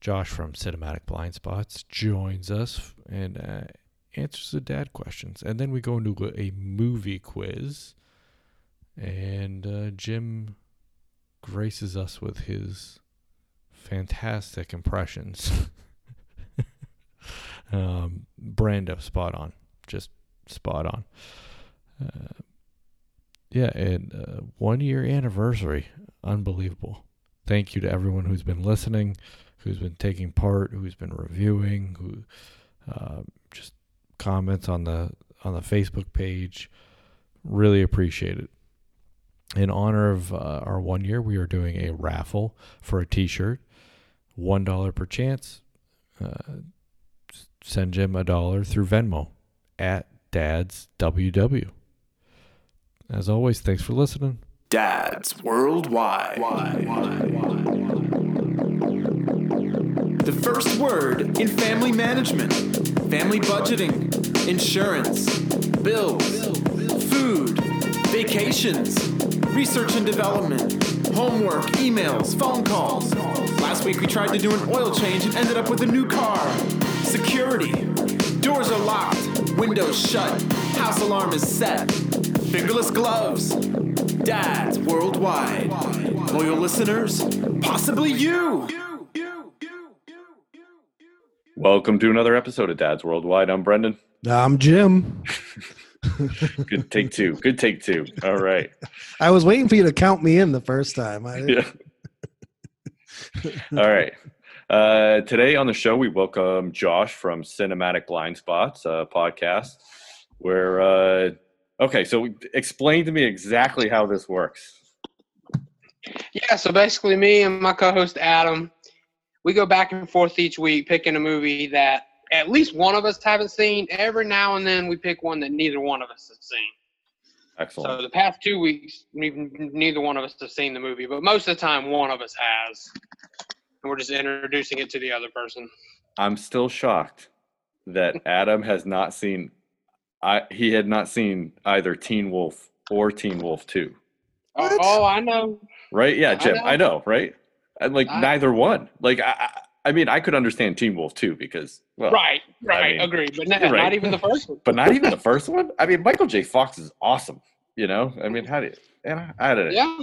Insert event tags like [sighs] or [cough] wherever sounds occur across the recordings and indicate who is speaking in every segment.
Speaker 1: Josh from Cinematic Blind Spots joins us and uh, answers the dad questions. And then we go into a, a movie quiz. And uh, Jim graces us with his fantastic impressions. [laughs] um, Brando, spot on. Just spot on. Uh, yeah, and uh, one year anniversary. Unbelievable. Thank you to everyone who's been listening, who's been taking part, who's been reviewing, who uh, just comments on the on the Facebook page. Really appreciate it. In honor of uh, our one year, we are doing a raffle for a T-shirt, one dollar per chance. Uh, send Jim a dollar through Venmo at Dad's WW. As always, thanks for listening.
Speaker 2: Dads worldwide. The first word in family management, family budgeting, insurance, bills, food, vacations, research and development, homework, emails, phone calls. Last week we tried to do an oil change and ended up with a new car. Security. Doors are locked, windows shut, house alarm is set. Fingerless gloves. Dads worldwide. Loyal listeners, possibly you.
Speaker 3: Welcome to another episode of Dad's Worldwide. I'm Brendan.
Speaker 4: I'm Jim.
Speaker 3: Good take two. Good take two. All right.
Speaker 4: I was waiting for you to count me in the first time. I,
Speaker 3: Yeah. All right. Uh, today on the show, we welcome Josh from Cinematic Blind Spots uh, podcast. Where, uh, okay, so explain to me exactly how this works.
Speaker 5: Yeah, so basically, me and my co host Adam, we go back and forth each week picking a movie that at least one of us haven't seen. Every now and then, we pick one that neither one of us has seen. So
Speaker 3: Excellent.
Speaker 5: the past two weeks, ne- neither one of us have seen the movie, but most of the time, one of us has. And we're just introducing it to the other person.
Speaker 3: I'm still shocked that Adam has not seen. I he had not seen either Teen Wolf or Teen Wolf Two.
Speaker 5: Oh,
Speaker 4: What?
Speaker 5: oh, I know.
Speaker 3: Right? Yeah,
Speaker 5: I
Speaker 3: Jim.
Speaker 5: know.
Speaker 3: I know, right? And like
Speaker 5: I-
Speaker 3: neither one. Like I, I, I mean, I could understand Teen Wolf too because well,
Speaker 5: right,
Speaker 3: Oh,
Speaker 5: right,
Speaker 3: mean,
Speaker 5: agree. But no,
Speaker 3: you're right.
Speaker 5: not even the first
Speaker 3: [laughs]
Speaker 5: one.
Speaker 3: but not even the first one. I mean, Michael J. Fox is awesome. You know, I mean, how do you? And I, I don't know.
Speaker 5: Yeah.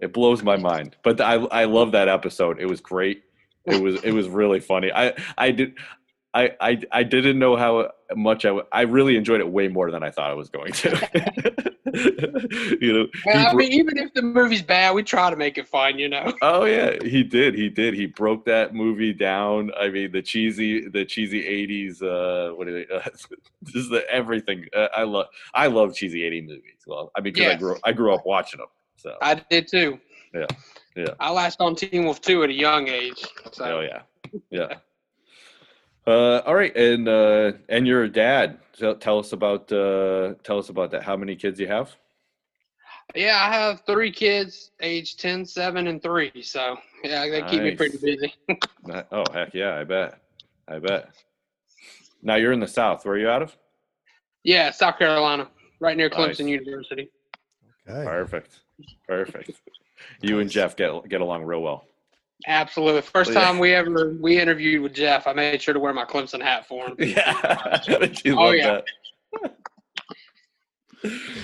Speaker 3: It blows my mind. But I, I love that episode. It was great. It was, it was really funny. I, I did. I, I, I didn't know how much I, w- I really enjoyed it way more than I thought I was going to. [laughs] you know,
Speaker 5: Well,
Speaker 3: he
Speaker 5: I
Speaker 3: bro-
Speaker 5: mean, even if the movie's bad, we try to make it fun, you know?
Speaker 3: Oh yeah, he did. He did. He broke that movie down. I mean, the cheesy, the cheesy '80s. Uh, what do they? [laughs] Uh, just the everything. Uh, I love. I love cheesy '80s movies. Well, I mean, 'cause I
Speaker 5: Yes.
Speaker 3: grew. I grew up watching them. So.
Speaker 5: I did too.
Speaker 3: Yeah, yeah.
Speaker 5: I latched on Teen Wolf 2 at a young age. So.
Speaker 3: Oh yeah, yeah. Uh, all right, and uh, and you're a dad. So tell us about uh, tell us about that. How many kids you have?
Speaker 5: Yeah, I have three kids, age 10, 7, and 3. So, yeah, they keep me
Speaker 3: Nice.
Speaker 5: pretty busy.
Speaker 3: Ni- Oh heck yeah, I bet. I bet. Now you're in the South. Where are you out of?
Speaker 5: Yeah, South Carolina, right near
Speaker 3: Nice.
Speaker 5: Clemson University.
Speaker 4: Okay.
Speaker 3: Perfect.
Speaker 5: [laughs]
Speaker 3: Perfect. You and Jeff get get along real well.
Speaker 5: Absolutely. First
Speaker 3: Well, Oh, yeah.
Speaker 5: time we ever we interviewed with Jeff, I made sure to wear my Clemson hat for him.
Speaker 3: Yeah.
Speaker 5: Oh, yeah.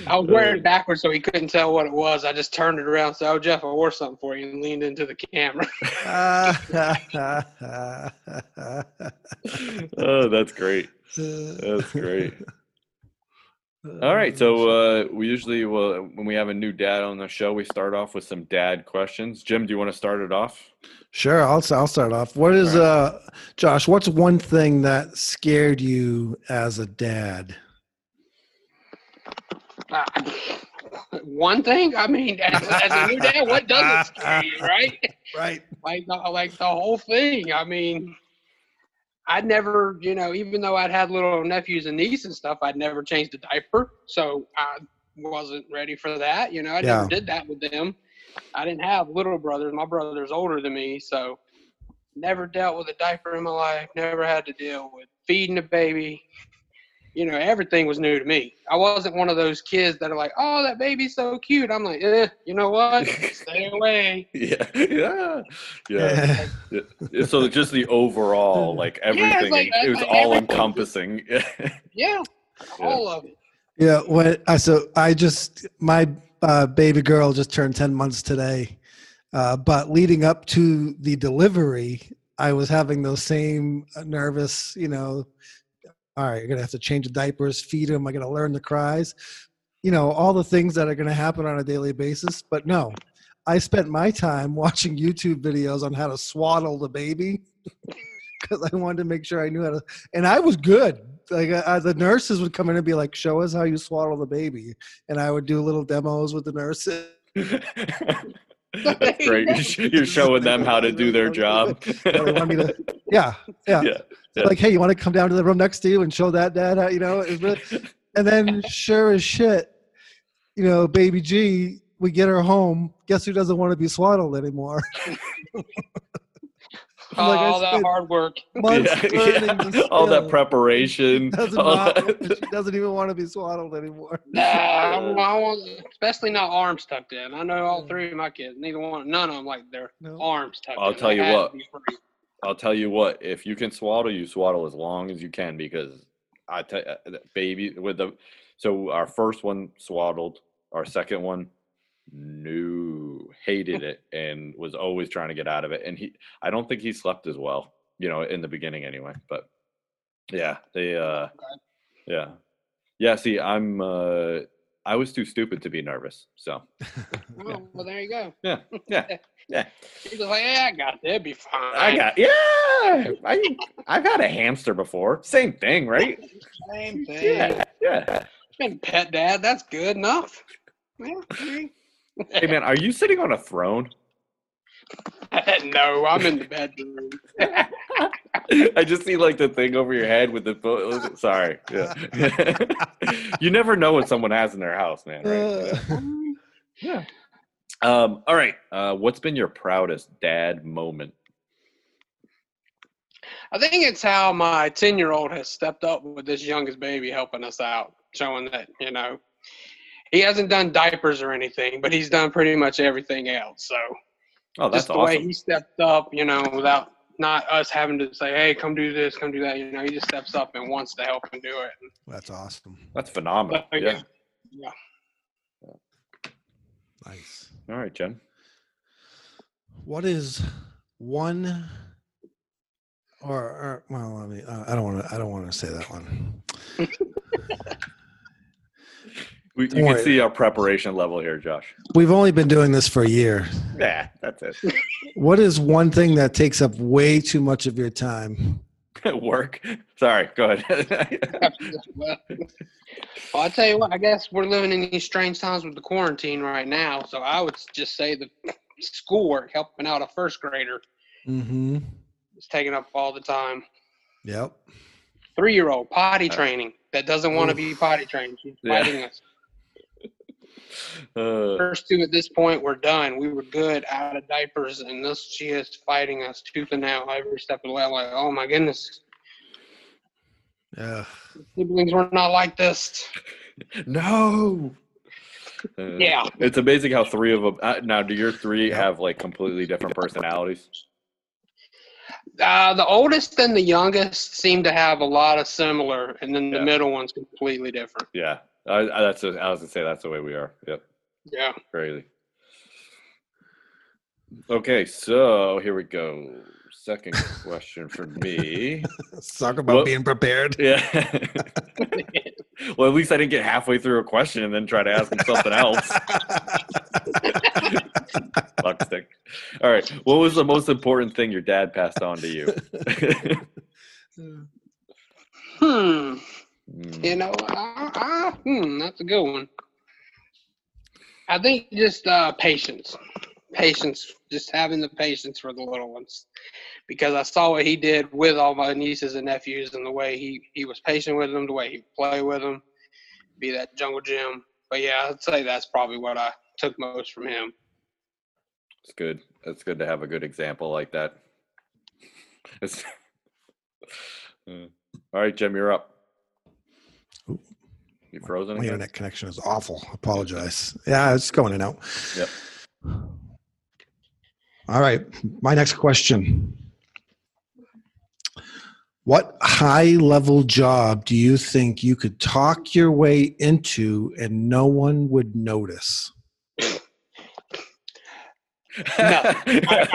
Speaker 5: I
Speaker 3: [laughs]
Speaker 5: was wearing it backwards so he couldn't tell what it was. I just turned it around and said, Oh, Jeff, I wore something for you and leaned into the camera. [laughs]
Speaker 4: [laughs]
Speaker 3: oh, that's great. That's great. All right. So uh, we usually will, when we have a new dad on the show, we start off with some dad questions. Jim, do you want to start it off?
Speaker 5: [laughs]
Speaker 4: sure, I'll I'll start off. What is
Speaker 3: All right.
Speaker 4: uh, Josh? What's one thing that scared you as a dad?
Speaker 5: Uh, One thing, I mean, as, as a new dad, what doesn't scare you, right?
Speaker 4: Right.
Speaker 5: like the, like the whole thing. I mean, I never, you know, even though I'd had little nephews and nieces and stuff, I'd never changed a diaper, so I wasn't ready for that. You know, I
Speaker 4: Yeah.
Speaker 5: never did that with them. I didn't have little brothers. My brother's older than me, so never dealt with a diaper in my life. Never had to deal with feeding a baby. you know, everything was new to me. I wasn't one of those kids that are like, "Oh, that baby's so cute." I'm like, eh, you know what? Stay away."
Speaker 3: Yeah, yeah, yeah.
Speaker 4: [laughs]
Speaker 3: Yeah, so just the
Speaker 5: [laughs]
Speaker 3: overall, like everything,
Speaker 5: Yeah, it's like- uh,
Speaker 3: it was
Speaker 5: like
Speaker 3: all
Speaker 5: everything. [laughs]
Speaker 3: encompassing. [laughs]
Speaker 5: Yeah, all of it.
Speaker 4: yeah. When I so I just my uh, baby girl just turned ten months today, uh, but leading up to the delivery, I was having those same uh, nervous, you know. All right, you're gonna have to change the diapers, feed him. I gotta learn the cries, you know, all the things that are gonna happen on a daily basis. But no, I spent my time [laughs] watching YouTube videos on how to swaddle the baby [laughs] because I wanted to make sure I knew how to. And I was good. Like uh, the nurses would come in and be like, "Show us how you swaddle the baby," and I would do little demos with the nurses.
Speaker 3: That's great. You're sh- You're showing them how to do their
Speaker 5: [laughs]
Speaker 3: job.
Speaker 4: They wanted me to, [laughs] yeah, yeah.
Speaker 3: [laughs] Yeah, yeah.
Speaker 4: Like, hey, you want to come down to the room next to you and show that dad? How, you know, it was really, and then sure as shit, you know, baby G, we get her home. Guess who doesn't want to be swaddled anymore? I'm like, I
Speaker 5: all that
Speaker 4: spent
Speaker 5: hard work.
Speaker 4: months
Speaker 3: [laughs] Yeah,
Speaker 4: learning
Speaker 3: yeah.
Speaker 4: this
Speaker 3: [laughs] All that
Speaker 4: skill.
Speaker 3: preparation. [laughs]
Speaker 4: Does
Speaker 3: all
Speaker 4: not,
Speaker 3: that-
Speaker 4: she doesn't even want to be swaddled anymore.
Speaker 5: Nah, I don't know, I want- especially not arms tucked in. I know
Speaker 3: Mm.
Speaker 5: all three of my kids. Neither one, none of them like their
Speaker 4: No.
Speaker 5: arms tucked.
Speaker 3: I'll
Speaker 5: in.
Speaker 3: tell
Speaker 5: They
Speaker 3: you
Speaker 5: had to
Speaker 3: what.
Speaker 5: be free.
Speaker 3: I'll tell you what, if you can swaddle, you swaddle as long as you can because I tell uh, the baby with the so our first one swaddled, our second one no hated it and was always trying to get out of it and he I don't think he slept as well, you know, in the beginning anyway, but yeah, they uh yeah. Yeah, see, I'm uh I was too stupid to be nervous. So,
Speaker 5: Well, oh, well, there you go.
Speaker 3: yeah.
Speaker 5: [laughs]
Speaker 3: Yeah. Yeah.
Speaker 5: She's like, "Yeah, I got it. It'd be fine."
Speaker 3: I got yeah. I I've had a hamster before. Same thing, right?
Speaker 5: same thing.
Speaker 3: Yeah, yeah.
Speaker 5: Been pet dad. That's good enough. Yeah, I mean-
Speaker 3: Hey man, are you sitting on a throne? [laughs]
Speaker 5: no, I'm in the [laughs] bedroom.
Speaker 3: I just see like the thing over your head with the pho- sorry. Yeah. [laughs] you never know what someone has in their house, man,
Speaker 5: Uh.
Speaker 4: Uh,
Speaker 3: right?
Speaker 5: Mm.
Speaker 3: Yeah. Um, all right. Uh, what's been your proudest dad moment?
Speaker 5: I think it's how my 10 year old has stepped up with this youngest baby helping us out, showing that, you know, he hasn't done diapers or anything, but he's done pretty much everything else. So
Speaker 3: Oh, that's
Speaker 5: just the way
Speaker 3: awesome.
Speaker 5: he stepped up, you know, without not us having to say, hey, come do this, come do that. You know, he just steps up and wants to help and do it. [laughs]
Speaker 4: That's awesome.
Speaker 3: That's phenomenal.
Speaker 5: Oh,
Speaker 3: yeah.
Speaker 5: yeah.
Speaker 4: Nice.
Speaker 3: All right, Jen.
Speaker 4: What is one or, or well, I mean, uh, I don't want to. I don't want to say that one.
Speaker 3: We,
Speaker 4: Don't
Speaker 3: you can
Speaker 4: worry.
Speaker 3: see our preparation level here, Josh.
Speaker 4: We've only been doing this for a year.
Speaker 3: Yeah, [laughs] that's it.
Speaker 4: What is one thing that takes up way too much of your time?
Speaker 3: Work. Sorry, go ahead. [laughs]
Speaker 5: well, I tell you what, I guess we're living in these strange times with the quarantine right now. So I would just say the schoolwork helping out a first grader
Speaker 4: Mm-hmm.
Speaker 5: is taking up all the time.
Speaker 4: Yep.
Speaker 5: Three year old potty training that doesn't want to
Speaker 4: Oof.
Speaker 5: be potty trained. She's
Speaker 3: Yeah.
Speaker 5: fighting us.
Speaker 3: Uh,
Speaker 5: First two at this point were done. We were good out of diapers, and this she is fighting us tooth and nail every step of the way. I'm like, oh my goodness,
Speaker 4: Yeah.
Speaker 5: siblings were not like this.
Speaker 3: No.
Speaker 5: Yeah.
Speaker 3: It's amazing how three of them. Uh, now, do your three
Speaker 4: Yeah.
Speaker 3: have like completely different personalities?
Speaker 5: Uh, the oldest and the youngest seem to have a lot of similar, and then the
Speaker 3: Yeah.
Speaker 5: middle one's completely different.
Speaker 3: Yeah. I, I, that's. the- I was gonna say that's the way we are. Yep.
Speaker 5: Yeah.
Speaker 3: Crazy. Okay, so here we go. Second question for me.
Speaker 4: Let's talk about
Speaker 3: Well-
Speaker 4: being prepared.
Speaker 3: Yeah. [laughs] well, at least I didn't get halfway through a question and then try to ask him something else. Fuck stick. All right. What was the most important thing your dad passed on to you? [laughs]
Speaker 5: Hmm.
Speaker 3: Mm.
Speaker 5: You know, I, I, hmm, that's a good one. I think just uh, patience, patience, just having the patience for the little ones, because I saw what he did with all my nieces and nephews, and the way he he was patient with them, the way he played with them, be that jungle gym. But yeah, I'd say that's probably what I took most from him.
Speaker 3: It's good. It's good to have a good example like that. [laughs] uh, It's- Mm. All right, Jim, you're up. You frozen?
Speaker 4: My
Speaker 3: again? [laughs]
Speaker 4: internet connection is awful. Apologize. Yeah, it's going in and out.
Speaker 3: Yep.
Speaker 4: All right. My next question. What high level job do you think you could talk your way into and no one would notice?
Speaker 5: [laughs]
Speaker 3: like,
Speaker 5: That-
Speaker 3: [laughs]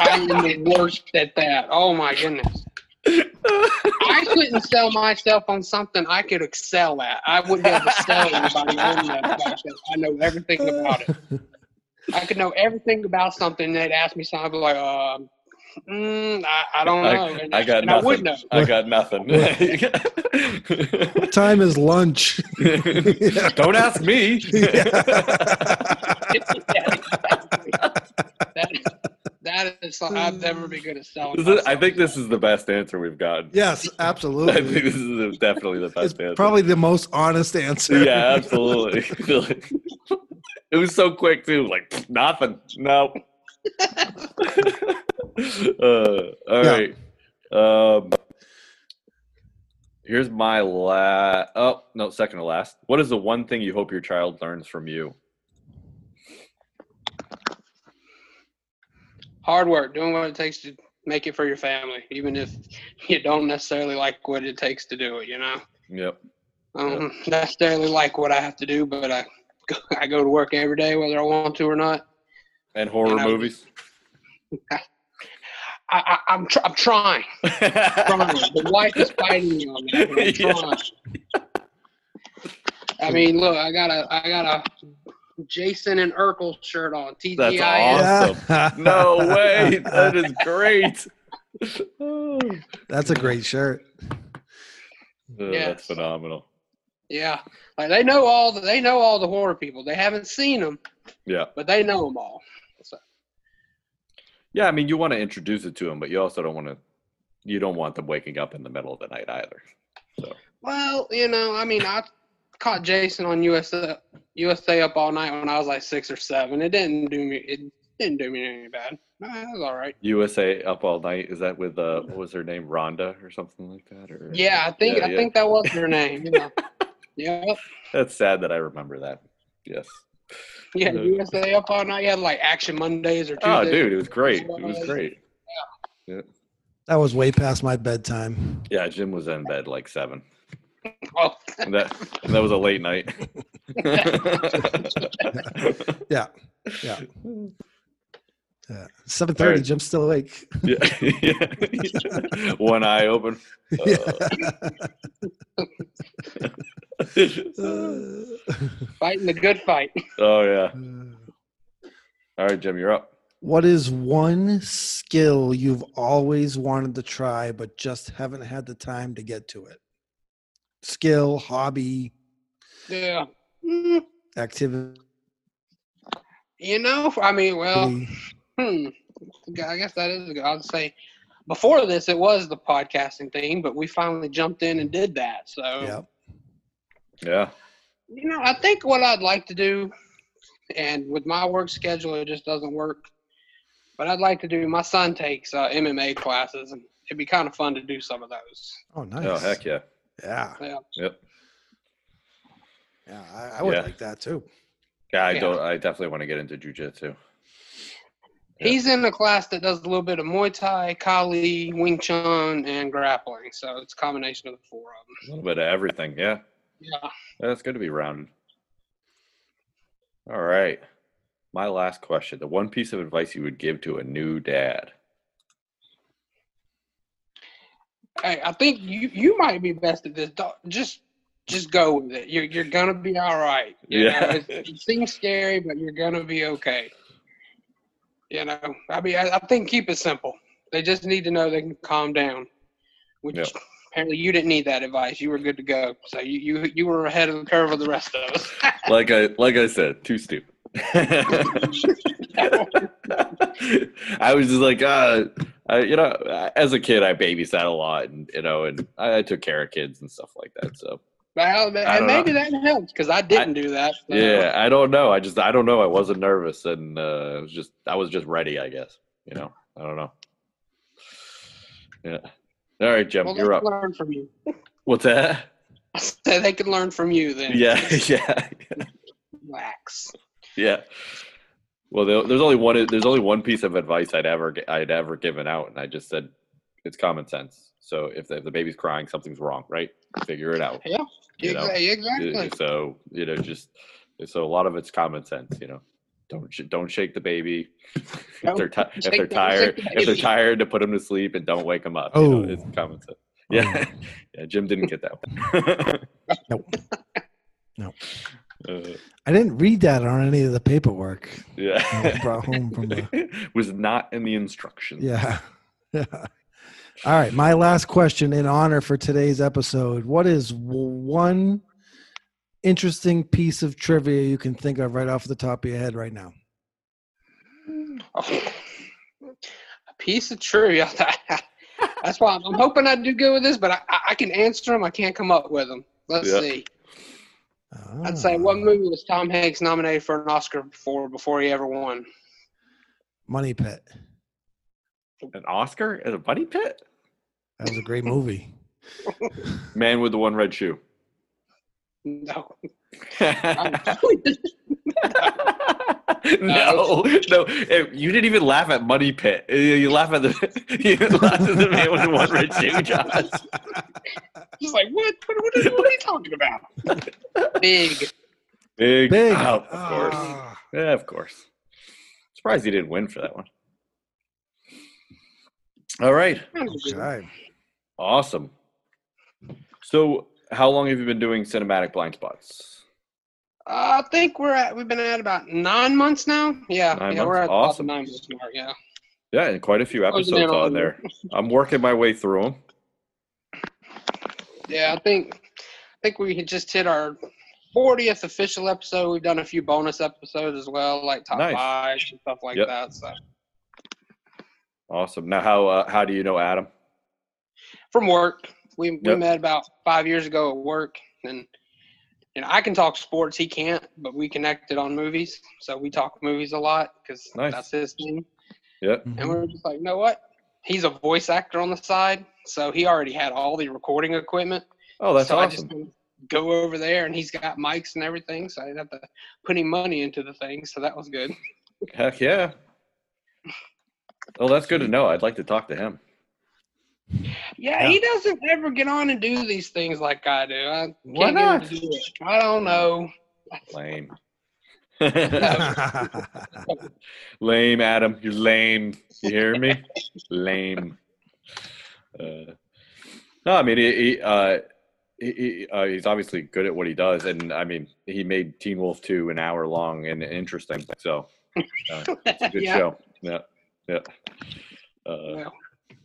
Speaker 5: I am the worst at that. Oh my goodness. I couldn't sell myself on something I could excel at. I wouldn't be able to sell anybody on that process. I know everything about it. I could know everything about something. They'd ask me something I'd be like, um, mm, I, I don't know.
Speaker 3: I,
Speaker 5: And,
Speaker 3: I got
Speaker 5: and I would
Speaker 3: nothing.
Speaker 5: know. [laughs]
Speaker 3: I got nothing.
Speaker 4: What time is lunch?
Speaker 3: [laughs]
Speaker 4: [laughs]
Speaker 3: Don't ask me.
Speaker 5: that, that is something I'd never be good at selling.
Speaker 3: This is- I
Speaker 5: myself.
Speaker 3: think this is the best answer we've gotten. [laughs] I
Speaker 4: yes,
Speaker 3: think
Speaker 4: absolutely.
Speaker 3: this is the- definitely the
Speaker 4: It's
Speaker 3: best answer.
Speaker 4: probably the most honest answer. [laughs]
Speaker 3: yeah, absolutely. [laughs] it was so quick too. Like pfft, nothing. No. [laughs] uh, all
Speaker 4: Yeah.
Speaker 3: right. Um, here's my last. Oh no, second to last. What is the one thing you hope your child learns from you?
Speaker 5: hard work, doing what it takes to make it for your family, even if you don't necessarily like what it takes to do it. You know,
Speaker 3: Yep.
Speaker 5: I don't necessarily like what I have to do, but I go, [laughs] I go to work every day, whether I want to or not.
Speaker 3: And horror
Speaker 5: And I-
Speaker 3: movies. [laughs]
Speaker 5: I, I, I'm tr- I'm trying. trying. The wife is fighting me on that. but I'm
Speaker 3: Yeah.
Speaker 5: trying. I mean, look, I got a I got a Jason and Urkel shirt on. TGIF.
Speaker 3: Awesome. no way. That is great.
Speaker 4: [laughs]
Speaker 3: [laughs] Oh,
Speaker 4: That's a great shirt.
Speaker 3: Uh, That's
Speaker 5: Yes.
Speaker 3: phenomenal.
Speaker 5: Yeah, like they know all the, they know all the horror people. They haven't seen them,
Speaker 3: Yeah.
Speaker 5: but they know them all.
Speaker 3: Yeah, I mean, you want to introduce it to them, but you also don't want to. You don't want them waking up in the middle of the night either.
Speaker 5: Well, you know, I mean, I caught Jason on USA USA up all night when I was like six or seven. It didn't do me. It didn't do me any bad. Nah, it was all right.
Speaker 3: USA up all night. Is that with uh, what was her name, Rhonda or something like that? Or
Speaker 5: Yeah, I think
Speaker 3: Yeah,
Speaker 5: I
Speaker 3: yeah.
Speaker 5: think that was her name. You
Speaker 3: [laughs]
Speaker 5: know. yep.
Speaker 3: that's sad that I remember that. Yes.
Speaker 5: Yeah,
Speaker 3: Yeah.
Speaker 5: USA up all night. You had like Action Mondays or Tuesdays.
Speaker 3: Oh, dude, it was great. It was great.
Speaker 4: That was way past my bedtime.
Speaker 3: Yeah, Jim was in bed like seven.
Speaker 5: Oh,
Speaker 3: And that and that was a late night.
Speaker 4: Yeah. 7:30,
Speaker 3: right.
Speaker 4: Jim's still awake.
Speaker 3: yeah. [laughs] One eye open.
Speaker 4: [laughs]
Speaker 3: Uh,
Speaker 5: fighting the good fight. [laughs]
Speaker 3: oh yeah.
Speaker 4: Uh,
Speaker 3: All right, Jim, you're up.
Speaker 4: What is one skill you've always wanted to try but just haven't had the time to get to it? Skill, hobby,
Speaker 5: Yeah. Mm,
Speaker 4: activity.
Speaker 5: You know, I mean, well,
Speaker 3: Mm.
Speaker 5: hmm. I guess that is. good. I'd say before this, it was the podcasting thing, but we finally jumped in and did that. So.
Speaker 4: Yeah.
Speaker 3: Yeah.
Speaker 5: You know, I think what I'd like to do, and with my work schedule, it just doesn't work. But I'd like to do. My son takes uh, MMA classes, and it'd be kind of fun to do some of those.
Speaker 4: Oh, nice.
Speaker 3: Oh heck yeah.
Speaker 4: yeah.
Speaker 5: Yeah.
Speaker 3: Yep.
Speaker 4: Yeah. I, I would
Speaker 3: Yeah.
Speaker 4: like that too.
Speaker 3: Yeah, I
Speaker 5: Yeah.
Speaker 3: don't. I definitely want to get into jujitsu. Yeah.
Speaker 5: He's in a class that does a little bit of Muay Thai, Kali, Wing Chun, and grappling. So it's a combination of the four of them.
Speaker 3: A little bit of everything. Yeah,
Speaker 5: Yeah.
Speaker 3: that's good to be rounded. All right, my last question: the one piece of advice you would give to a new dad.
Speaker 5: Hey, I think you you might be best at this. Don't- Just just go with it. You're you're gonna be all right. You
Speaker 3: Yeah.
Speaker 5: know, it's- it seems scary, but you're gonna be okay. You know, I mean, I, I think keep it simple. They just need to know they can calm down. Which
Speaker 3: Yeah.
Speaker 5: apparently you didn't need that advice. You were good to go. So you you you were ahead of the curve of the rest of us. [laughs]
Speaker 3: Like I, like I said, too stupid. [laughs] I was just like, uh, I, you know, as a kid, I babysat a lot, and you know, and I, I took care of kids and stuff like that. So
Speaker 5: well,
Speaker 3: I
Speaker 5: and
Speaker 3: don't
Speaker 5: maybe that helped because I didn't do that. so-
Speaker 3: yeah, I don't know. I just, I don't know. I wasn't nervous, and uh, it was just, I was just ready. I guess, you know, I don't know. Yeah. All right, Jim,
Speaker 5: Well,
Speaker 3: you're
Speaker 5: let's
Speaker 3: up.
Speaker 5: learn from you. [laughs]
Speaker 3: What's that?
Speaker 5: So they can learn from you then.
Speaker 3: Yeah, [laughs] yeah,
Speaker 5: Wax.
Speaker 3: yeah. Well, there- there's only one. There's only one piece of advice I'd ever gi- I'd ever given out, and I just said it's common sense. So if the, if the baby's crying, something's wrong, right? Figure it out. You know,
Speaker 5: Exa- exactly.
Speaker 3: Uh, So you know, just so a lot of it's common sense. You know, don't sh- don't shake the baby [laughs] if
Speaker 5: Don't
Speaker 3: they're ti- if
Speaker 5: shake
Speaker 3: they're
Speaker 5: the- shake
Speaker 3: tired
Speaker 5: the
Speaker 3: if they're
Speaker 5: baby.
Speaker 3: tired to put them to sleep and don't wake them up. you know,
Speaker 1: Oh.
Speaker 3: it's common sense. Yeah, [laughs] yeah. Jim didn't get that one.
Speaker 4: No. No.
Speaker 3: [laughs] Uh,
Speaker 4: I didn't read that on any of the paperwork I was
Speaker 3: [laughs] yeah.
Speaker 4: brought home from the
Speaker 3: [laughs] was not in the instructions.
Speaker 4: Yeah. [laughs] Yeah. All right. My last question in honor for today's episode. What is w- one interesting piece of trivia you can think of right off the top of your head right now?
Speaker 5: a Oh. piece of trivia. [laughs] That's why I'm, I'm hoping I do good with this, but I, I- I can answer them. I can't come up with them. Let's
Speaker 3: Yeah.
Speaker 5: see. I'd say what movie was Tom Hanks nominated for an Oscar for before he ever won?
Speaker 4: Ah, Money Pit.
Speaker 3: An Oscar as a bunny pit?
Speaker 4: That was a great
Speaker 3: [laughs]
Speaker 4: movie.
Speaker 3: Man with the one red shoe.
Speaker 5: No. [laughs] Oh,
Speaker 3: [laughs] no, no, eh, you didn't even laugh at Money Pit. [laughs] Eh, You laugh at the you laugh at the man with the one red shoe, Josh.
Speaker 5: He's [laughs] like, what? What, what, are, you- what are you talking about? [laughs] Big.
Speaker 3: Big,
Speaker 4: Big.
Speaker 3: Out, Oh, of course.
Speaker 4: Ah.
Speaker 3: Yeah, of course. Surprised he didn't win for that one. All right,
Speaker 4: Okay.
Speaker 3: awesome. So, how long have you been doing cinematic blind spots?
Speaker 5: Uh, I think we're at we've been at about nine months now. Yeah,
Speaker 3: Nine
Speaker 5: yeah, we're
Speaker 3: months?
Speaker 5: at about
Speaker 3: Awesome.
Speaker 5: nine months mark. Yeah.
Speaker 3: Yeah, and quite a few
Speaker 5: Close it in
Speaker 3: episodes
Speaker 5: on
Speaker 3: on
Speaker 5: the-
Speaker 3: there. I'm working my way through them.
Speaker 5: Yeah, I think I think we had just hit our 40th official episode. We've done a few bonus episodes as well, like top
Speaker 3: Nice.
Speaker 5: five and stuff like
Speaker 3: Yep.
Speaker 5: that. So
Speaker 3: Awesome. Now, how uh, how do you know Adam?
Speaker 5: from work, we, we
Speaker 3: Yep.
Speaker 5: met about five years ago at work, and you know I can talk sports, he can't, but we connected on movies, so we talk movies a lot because
Speaker 3: Nice. Mm-hmm.
Speaker 5: that's his thing.
Speaker 3: Yep.
Speaker 4: [laughs]
Speaker 5: And we were [laughs] just like, you know what? He's a voice actor on the side, so he already had all the recording equipment.
Speaker 3: Oh, that's
Speaker 5: so I just
Speaker 3: awesome.
Speaker 5: kinda go over there, and he's got mics and everything, so I didn't have to put any money into the thing. So that was good.
Speaker 3: Heck yeah. Well, that's good to know. I'd like to talk to him.
Speaker 5: Yeah, he doesn't ever get on and do these things like I do. I can't
Speaker 3: Why
Speaker 5: get him
Speaker 3: not?
Speaker 5: to do it. I don't know.
Speaker 3: Lame. [laughs]
Speaker 4: Mhm.
Speaker 3: lame, Adam. You're lame. You hear me? lame. Uh, no, I mean, he, he, uh, he, he, uh, he's obviously good at what he does. And I mean, he made Teen Wolf 2 an hour long and interesting. So, uh, good
Speaker 5: [laughs] yeah.
Speaker 3: show. Yeah. Yeah. Uh,
Speaker 5: well,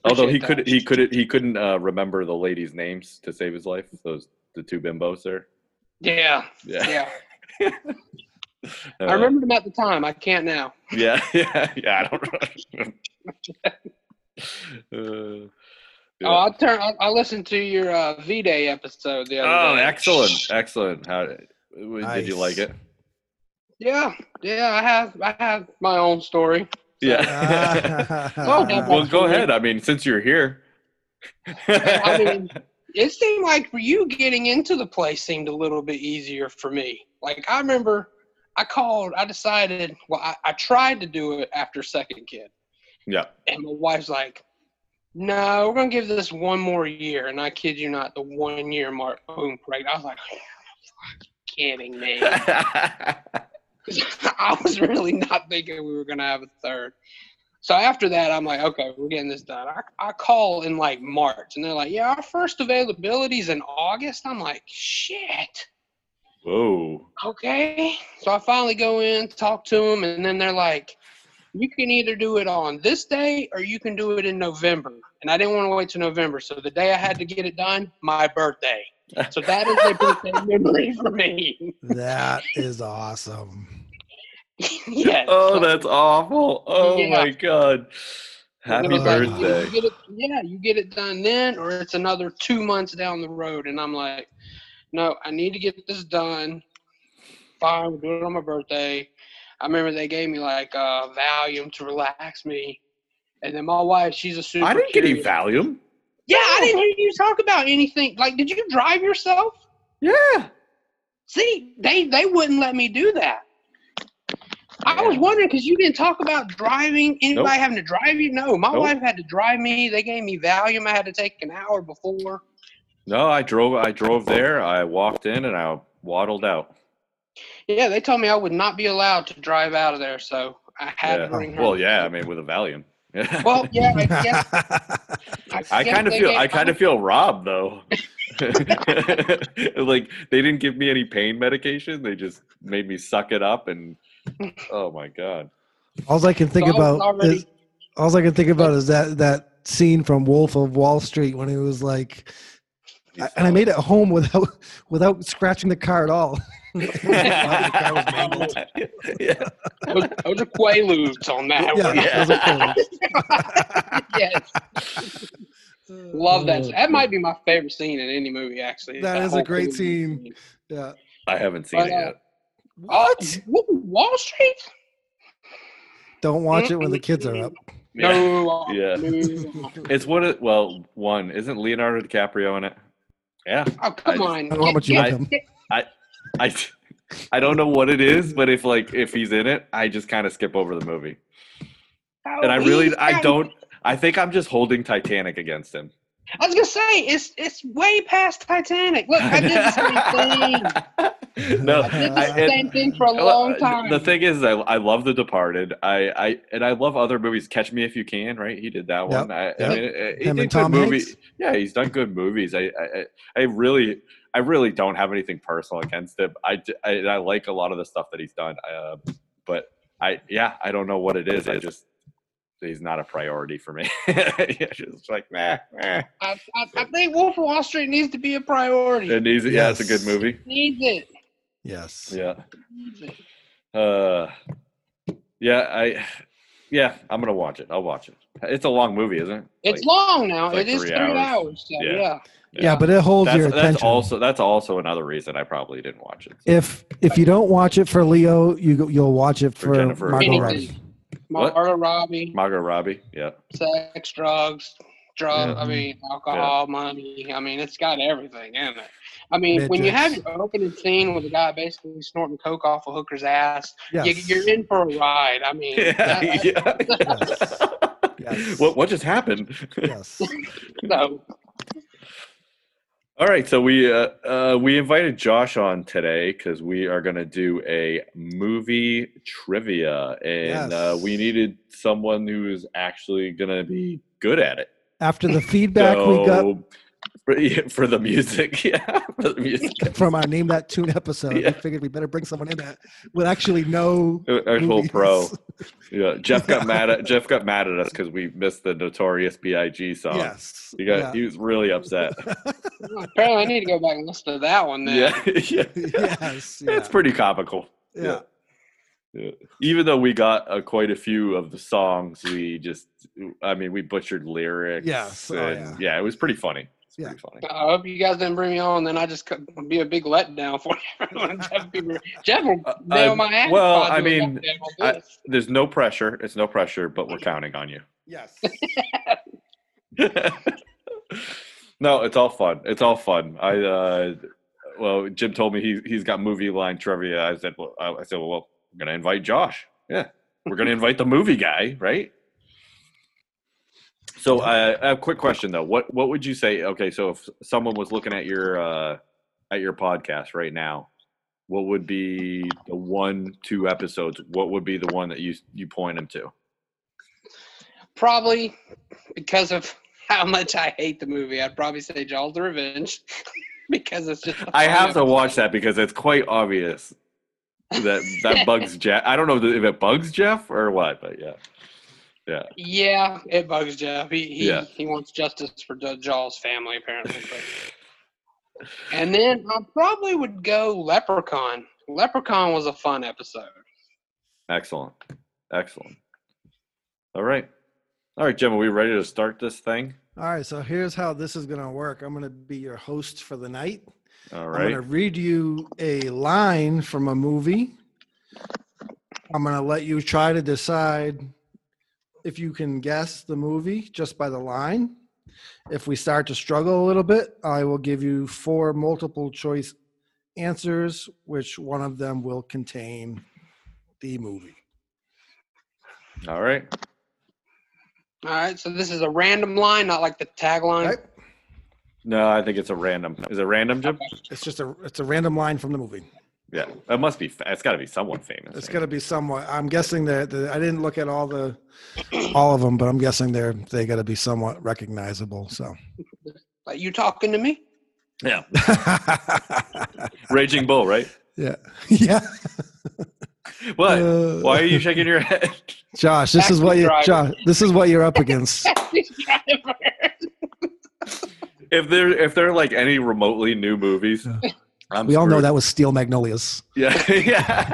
Speaker 3: Although he
Speaker 5: appreciate
Speaker 3: could,
Speaker 5: that.
Speaker 3: he couldn't, he couldn't uh, remember the ladies' names to save his life. Those the two bimbos there.
Speaker 5: Yeah,
Speaker 3: [laughs] Yeah,
Speaker 5: yeah.
Speaker 3: Uh, [laughs]
Speaker 5: I remembered him at the time. I can't now.
Speaker 3: Yeah, [laughs] yeah, yeah. I [laughs] don't. uh, yeah.
Speaker 5: Oh, I turn. I, I listened to your uh, V Day episode the other
Speaker 3: Oh,
Speaker 5: day.
Speaker 3: excellent, excellent. How did you like
Speaker 4: Nice.
Speaker 3: it?
Speaker 5: Yeah, yeah. I have. I have my own story.
Speaker 4: [laughs]
Speaker 3: Yeah. well,
Speaker 5: yeah,
Speaker 3: well, go
Speaker 5: absolutely.
Speaker 3: ahead. I mean, since you're here.
Speaker 5: I mean, it seemed like for you getting into the place seemed a little bit easier for me. Like I remember, I called. I decided. Well, I, I tried to do it after second kid,
Speaker 3: [laughs] yeah. [laughs]
Speaker 5: and my wife's like, "No, we're gonna give this one more year." And I kid you not, the one year mark, boom, right? I was like, "Are you
Speaker 3: [laughs]
Speaker 5: "Kidding me." [laughs] I was really not thinking we were going to have a third. So after that, I'm like, okay, we're getting this done. I, I call in like March, and they're like, yeah, our first availability is in August. I'm like, shit.
Speaker 3: Whoa.
Speaker 5: Okay. So I finally go in, talk to them, and then they're like, you can either do it on this day or you can do it in November. And I didn't want to wait till November. So the day I had to get it done, my birthday. So that is a birthday memory for me. [laughs]
Speaker 4: that is awesome.
Speaker 5: yes.
Speaker 3: Oh, that's awful. Oh
Speaker 5: Yeah.
Speaker 3: my god.
Speaker 5: And
Speaker 3: Happy
Speaker 5: it was like, you
Speaker 3: birthday.
Speaker 5: get it- yeah, you get it done then, or it's another two months down the road. And I'm like, no, I need to get this done. Fine, we'll do it on my birthday. I remember they gave me like uh, Valium to relax me. And then my wife, she's a super.
Speaker 3: I didn't get any
Speaker 5: curious-
Speaker 3: Valium.
Speaker 5: Yeah, I didn't hear you talk about anything. Like, did you drive yourself?
Speaker 3: Yeah.
Speaker 5: See, they they wouldn't let me do that. I was wondering because you didn't talk about driving. Anybody
Speaker 3: Nope.
Speaker 5: having to drive you? No, my
Speaker 3: Nope.
Speaker 5: wife had to drive me. They gave me Valium. I had to take an hour before.
Speaker 3: No, I drove. I drove there. I walked in and I waddled out.
Speaker 5: Yeah, they told me I would not be allowed to drive out of there, so I had
Speaker 3: Yeah.
Speaker 5: to bring her.
Speaker 3: Well, yeah. I mean, with a Valium. [laughs] Yeah.
Speaker 5: Well, yeah,
Speaker 3: [laughs]
Speaker 5: I guess.
Speaker 4: [laughs]
Speaker 5: I,
Speaker 3: I
Speaker 5: guess
Speaker 3: kind of
Speaker 5: they
Speaker 3: feel
Speaker 5: gave-
Speaker 3: I kind of feel robbed though. [laughs] like they didn't give me any pain medication. They just made me suck it up
Speaker 5: [laughs]
Speaker 3: and oh my god.
Speaker 4: All I can think
Speaker 5: Dogs
Speaker 4: about
Speaker 5: already-
Speaker 4: is all I can think
Speaker 5: [laughs]
Speaker 4: about is that that scene from Wolf of Wall Street when he was like, I- and
Speaker 3: [laughs]
Speaker 4: I made it [laughs] home without without scratching the car at all.
Speaker 3: [laughs] yeah.
Speaker 5: [laughs] Those, those are Quaaludes on [laughs]
Speaker 4: [laughs]
Speaker 5: that
Speaker 4: Yeah,
Speaker 5: one.
Speaker 4: those are
Speaker 5: [laughs]
Speaker 4: Quaaludes.
Speaker 5: yes,
Speaker 3: [laughs]
Speaker 5: love that. That might be my favorite scene in any movie, actually.
Speaker 4: Oh, That is a
Speaker 5: whole
Speaker 4: great
Speaker 5: Quaalude
Speaker 4: scene. Yeah.
Speaker 3: I haven't seen it
Speaker 5: uh,
Speaker 3: yet.
Speaker 5: What? Oh, Wall Street?
Speaker 4: Don't watch it when the kids are up.
Speaker 5: No. [laughs]
Speaker 3: Yeah.
Speaker 5: no.
Speaker 3: It's what it well, one. Isn't Leonardo DiCaprio in it? Yeah.
Speaker 5: Oh, come
Speaker 3: I-
Speaker 5: on.
Speaker 4: I don't know how much you
Speaker 5: Get-
Speaker 4: like him.
Speaker 5: get-
Speaker 3: I [laughs] I don't know what it is, but if like if he's in it, I just kind of skip over the movie. And I
Speaker 5: oh, he's
Speaker 3: really I
Speaker 5: got-
Speaker 3: don't I think I'm just holding Titanic against him.
Speaker 5: I was gonna say it's it's way past Titanic. Look, I did the
Speaker 3: [laughs]
Speaker 5: same
Speaker 4: [laughs]
Speaker 5: thing.
Speaker 3: no,
Speaker 5: I did the
Speaker 3: I- and-
Speaker 5: same thing for a
Speaker 3: well,
Speaker 5: long time.
Speaker 3: The thing is, I, I love The Departed. I, I and I love other movies. Catch Me If You Can, right? He did that
Speaker 4: Yep,
Speaker 3: one. I, I mean,
Speaker 4: yep.
Speaker 3: uh, he
Speaker 4: Him
Speaker 3: did
Speaker 4: and
Speaker 3: good
Speaker 4: Tom
Speaker 3: movies.
Speaker 4: Hanks.
Speaker 3: Yeah, he's done good movies. I, I I- I really I really don't have anything personal against him. I d- I, and I like a lot of the stuff that he's done. Uh, but I yeah, I don't know what it is. I just he's not a priority for me. [laughs] it's just like nah. eh.
Speaker 5: I, I, I think Wolf of Wall Street needs to be a priority.
Speaker 3: And he's yeah, it's a good
Speaker 4: Yes.
Speaker 3: movie.
Speaker 5: needs it.
Speaker 4: Yes.
Speaker 3: Yeah.
Speaker 5: Needs it.
Speaker 3: Uh, yeah, I, yeah, I'm gonna watch it. I'll watch it. It's a long movie, isn't it?
Speaker 5: It's
Speaker 3: Like,
Speaker 5: long now.
Speaker 3: it's like
Speaker 5: it is
Speaker 3: three
Speaker 5: three
Speaker 3: hours.
Speaker 5: hours. so
Speaker 3: Yeah.
Speaker 5: yeah.
Speaker 4: Yeah, but it holds your
Speaker 3: That's,
Speaker 4: attention.
Speaker 3: that's also that's also another reason I probably didn't watch it.
Speaker 4: if if you don't watch it for Leo, you go- you'll watch it
Speaker 3: For
Speaker 4: for,
Speaker 3: Jennifer.
Speaker 4: Margot
Speaker 5: Anything.
Speaker 4: Robbie.
Speaker 3: What?
Speaker 5: Margot Robbie,
Speaker 3: Margot Robbie, yeah,
Speaker 5: sex, drugs, drug.
Speaker 4: Yeah.
Speaker 5: I mean, alcohol, money. I mean, it's got everything in it. I mean,
Speaker 4: It
Speaker 5: when you have
Speaker 4: does.
Speaker 5: your opening scene with a guy basically snorting coke off a hooker's ass,
Speaker 4: Yes.
Speaker 5: you, you're in for a ride. I mean,
Speaker 3: yeah.
Speaker 5: that-
Speaker 3: [laughs]
Speaker 4: Yes. Yes.
Speaker 3: What what just happened? [laughs]
Speaker 4: yes.
Speaker 5: no.
Speaker 3: All right, so we uh, uh, we invited Josh on today because we are going to do a movie trivia, and uh,
Speaker 4: Yes.
Speaker 3: we needed someone who's actually going to be good at it. [laughs]
Speaker 4: After the feedback we got
Speaker 3: So, for, [laughs] yeah, for the music, [laughs] yeah, for the music.
Speaker 4: from our name that tune episode,
Speaker 3: Yeah.
Speaker 4: we figured we better bring someone in that would actually know.
Speaker 3: Uh, Actual
Speaker 4: movies.
Speaker 3: pro. Yeah, Jeff got mad
Speaker 4: [laughs]
Speaker 3: at Jeff got mad at us because we missed the Notorious B.I.G. song.
Speaker 4: Yes.
Speaker 3: He got
Speaker 4: yeah.
Speaker 3: he was really upset. [laughs]
Speaker 5: Apparently, I need to go back and listen to that one then.
Speaker 3: yeah, yeah.
Speaker 4: [laughs]
Speaker 3: [laughs]
Speaker 4: yes. Yeah.
Speaker 3: It's pretty comical.
Speaker 4: yeah.
Speaker 3: Even though we got uh, quite a few of the songs, we just I mean we butchered lyrics.
Speaker 4: Yes, oh,
Speaker 3: and yeah. it was pretty funny. It's
Speaker 4: Yeah.
Speaker 3: pretty funny.
Speaker 5: I hope you guys didn't bring me on, then I just could be a big letdown for [laughs] everyone. Jeff, be- Jeff will
Speaker 3: Uh,
Speaker 5: nail
Speaker 3: uh,
Speaker 5: my ass. if
Speaker 3: well, I
Speaker 5: do a
Speaker 3: mean,
Speaker 5: letdown on
Speaker 3: I-
Speaker 5: this.
Speaker 3: There's no pressure. It's no pressure, but we're counting on you.
Speaker 4: Yes.
Speaker 3: [laughs] no, it's all fun. It's all fun. I uh, well, Jim told me he he's got movie line trivia. I said, well, I I said, well, we're gonna invite Josh. Yeah, we're gonna invite the movie guy, right? So uh, I have a quick question though. What what would you say? Okay, so if someone was looking at your uh, at your podcast right now, what would be the one two episodes? What would be the one that you you point them to?
Speaker 5: probably because of how much I hate the movie, I'd probably say Jaws the Revenge [laughs] because it's just.
Speaker 3: I have to watch that because it's quite obvious that that bugs Jeff. I don't know if it bugs Jeff or what, but yeah,
Speaker 5: Yeah, it bugs Jeff. He he,
Speaker 3: Yeah.
Speaker 5: he wants justice for the Jaws family apparently. but- and then I probably would go Leprechaun. Leprechaun was a fun episode.
Speaker 3: excellent, excellent. All right, all right, Jim, are we ready to start this thing?
Speaker 4: All right. So here's how this is going to work I'm going to be your host for the night.
Speaker 3: All
Speaker 4: I'm
Speaker 3: right,
Speaker 4: going to read you a line from a movie. I'm going to let you try to decide if you can guess the movie just by the line. If we start to struggle a little bit, I will give you four multiple choice answers, which one of them will contain the movie.
Speaker 3: All right.
Speaker 5: All right, so this is a random line, not like the tagline.
Speaker 4: Right?
Speaker 3: No, I think it's a random. Is it random, Jim?
Speaker 4: It's just a it's a random line from the movie.
Speaker 3: Yeah, it must be. It's got to be someone famous.
Speaker 4: It's gonna be somewhat. I'm guessing that the, I didn't look at all the all of them, but I'm guessing they're they got to be somewhat recognizable. So
Speaker 5: Like you talking to me? [laughs]
Speaker 3: Yeah, [laughs] Raging Bull, right?
Speaker 4: [laughs] yeah, yeah.
Speaker 3: What?
Speaker 4: Uh,
Speaker 3: Why are you shaking your [laughs] head?
Speaker 4: Josh? This is
Speaker 5: Taxi
Speaker 4: what you
Speaker 5: driver.
Speaker 4: Josh. This is what you're up against.
Speaker 3: if there, if there are like any remotely new
Speaker 4: [laughs]
Speaker 3: movies,
Speaker 4: Yeah.
Speaker 3: I'm
Speaker 4: We all know
Speaker 3: screwed.
Speaker 4: that was Steel Magnolias.
Speaker 3: Yeah, [laughs] yeah.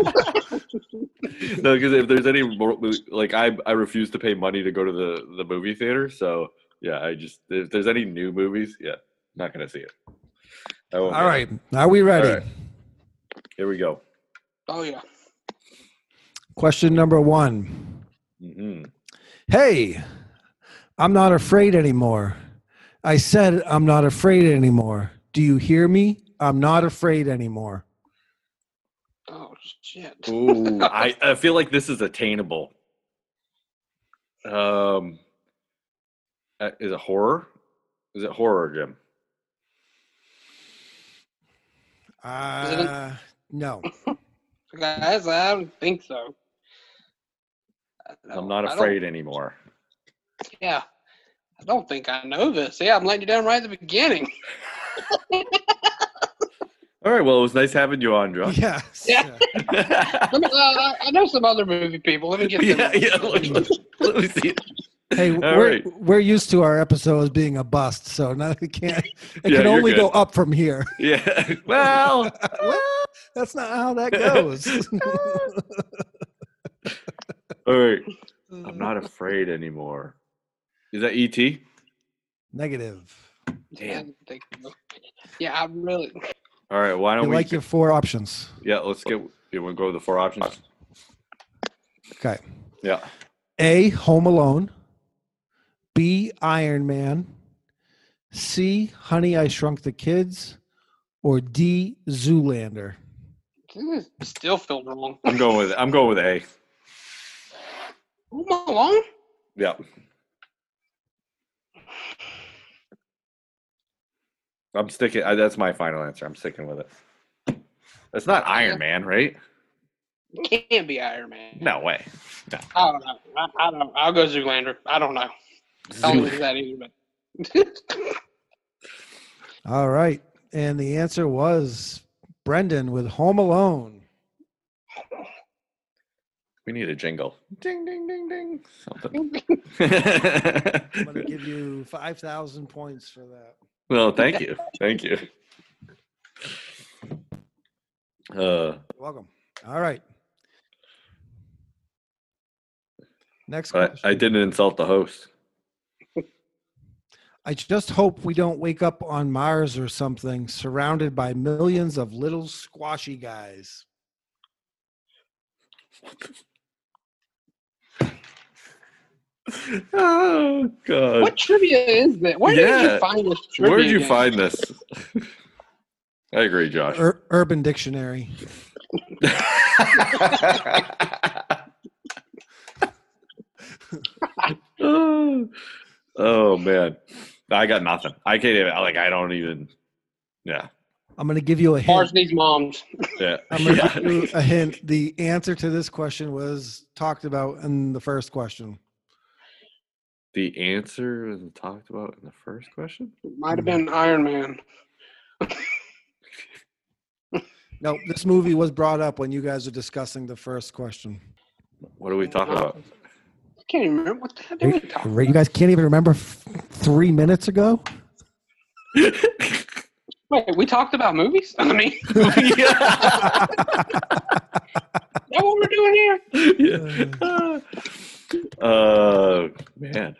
Speaker 3: no, because if there's any mo- like, I I refuse to pay money to go to the the movie theater. So yeah, I just if there's any new movies, yeah, not gonna see it. I won't
Speaker 4: All
Speaker 3: go.
Speaker 4: right, are we ready?
Speaker 3: All right. here we go.
Speaker 5: Oh yeah.
Speaker 4: Question number one.
Speaker 3: hmm
Speaker 4: Hey, I'm not afraid anymore. I said I'm not afraid anymore. Do you hear me? I'm not afraid anymore.
Speaker 5: Oh shit.
Speaker 3: Ooh, [laughs] I I feel like this is attainable. Um, uh, is it horror? Is it horror, Jim?
Speaker 4: Uh, no.
Speaker 5: Guys, I don't think so. I don't-
Speaker 3: I'm not
Speaker 5: I don't-
Speaker 3: afraid anymore.
Speaker 5: Yeah. I don't think I know this. Yeah, I'm letting you down right at the beginning.
Speaker 3: All right. Well, it was nice having you on, [laughs] John.
Speaker 4: [laughs] Yes.
Speaker 5: Yeah. Let me, uh, I I know some other movie people. Let me get them.
Speaker 3: [laughs] yeah,
Speaker 5: [laughs]
Speaker 3: yeah. Let me, let me see.
Speaker 4: Hey,
Speaker 3: All
Speaker 4: we're,
Speaker 3: right.
Speaker 4: we're used to our episodes being a bust, so now we can't. It
Speaker 3: Yeah,
Speaker 4: can
Speaker 3: you're
Speaker 4: only go
Speaker 3: good.
Speaker 4: up from here.
Speaker 3: Yeah. [laughs] Well,
Speaker 4: That's not how
Speaker 3: [laughs]
Speaker 4: that goes. [laughs]
Speaker 3: all right. I'm not afraid anymore. Is that E ET?
Speaker 4: Negative.
Speaker 5: I don't think so. Yeah, I really.
Speaker 3: All right. Why
Speaker 4: You
Speaker 3: don't we?
Speaker 4: like your four options.
Speaker 3: yeah. Let's get. You want to go with the four options?
Speaker 4: Okay.
Speaker 3: Yeah.
Speaker 4: A. Home Alone. B. Iron Man. C. Honey, I Shrunk the Kids. Or D. Zoolander.
Speaker 5: This is- still feel wrong.
Speaker 3: I'm going with. I'm going with A.
Speaker 5: Home Alone?
Speaker 3: Yeah. I'm sticking. I, that's my final answer. I'm sticking with it. That's not Iron Man, right?
Speaker 5: It can't be Iron Man.
Speaker 3: No way.
Speaker 5: I don't know. I, I don't. know. I'll go Zoolander. I don't know. I don't
Speaker 3: Zool-
Speaker 5: think that either. But [laughs]
Speaker 4: All right. And the answer was Brendan with Home Alone.
Speaker 3: We need a jingle. Ding ding ding ding. [laughs] Something.
Speaker 4: I'm going to give you 5,000 points for that.
Speaker 3: Well, thank you. Thank you. Uh,
Speaker 4: You're welcome. All right. Next
Speaker 3: I,
Speaker 4: question.
Speaker 3: I didn't insult the host.
Speaker 4: I just hope we don't wake up on Mars or something surrounded by millions of little squashy guys.
Speaker 3: Oh God!
Speaker 5: what trivia is that? Where did
Speaker 3: Yeah.
Speaker 5: you find this trivia?
Speaker 3: Where did you
Speaker 5: game?
Speaker 3: find this? [laughs] I agree,
Speaker 4: [laughs]
Speaker 3: Josh. [laughs]
Speaker 4: Ur- Urban Dictionary.
Speaker 3: oh, oh, man, I got nothing. I can't even. Like I don't even. Yeah,
Speaker 4: I'm going to give you a hint.
Speaker 5: Varsity moms.
Speaker 3: yeah.
Speaker 4: I'm
Speaker 5: [laughs]
Speaker 4: going to
Speaker 3: yeah.
Speaker 4: give you a hint. The answer to this question was talked about in the first question.
Speaker 3: [laughs] The answer was talked about in the first question.
Speaker 5: Might have been Iron Man.
Speaker 4: No, this movie was brought up when you guys were discussing the first question.
Speaker 3: What do we talk about? [laughs]
Speaker 5: I can't even remember what the heck did we talk.
Speaker 4: Ray, You guys can't even remember f- three minutes ago?
Speaker 5: Wait, we talked about movies. [laughs] I mean, is
Speaker 3: yeah.
Speaker 5: that what we're doing here?
Speaker 3: yeah. Uh, man.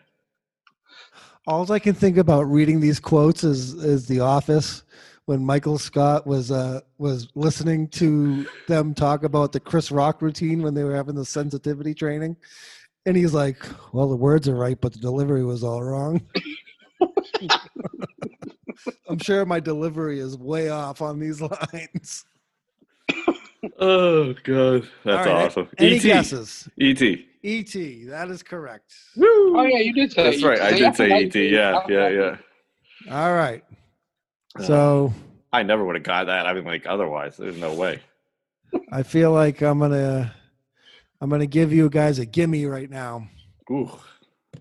Speaker 4: All I can think about reading these quotes is is The Office when Michael Scott was uh was listening to them talk about the Chris Rock routine when they were having the sensitivity training, and he's like, "Well, the words are right, but the delivery was all wrong." [laughs] I'm sure my delivery is way off on these lines.
Speaker 3: Oh god, that's
Speaker 4: All right,
Speaker 3: awesome. E
Speaker 4: Any
Speaker 3: ET,
Speaker 4: guesses?
Speaker 3: ET.
Speaker 4: E.T. That is correct.
Speaker 3: Woo!
Speaker 5: Oh yeah, you did say.
Speaker 3: That's right. I did say ET. Yeah, yeah, yeah.
Speaker 4: All right.
Speaker 3: Uh,
Speaker 4: So
Speaker 3: I never would have got that. I mean, like otherwise, there's no way.
Speaker 4: I feel like I'm gonna I'm gonna give you guys a gimme right now.
Speaker 3: Ooh. [laughs]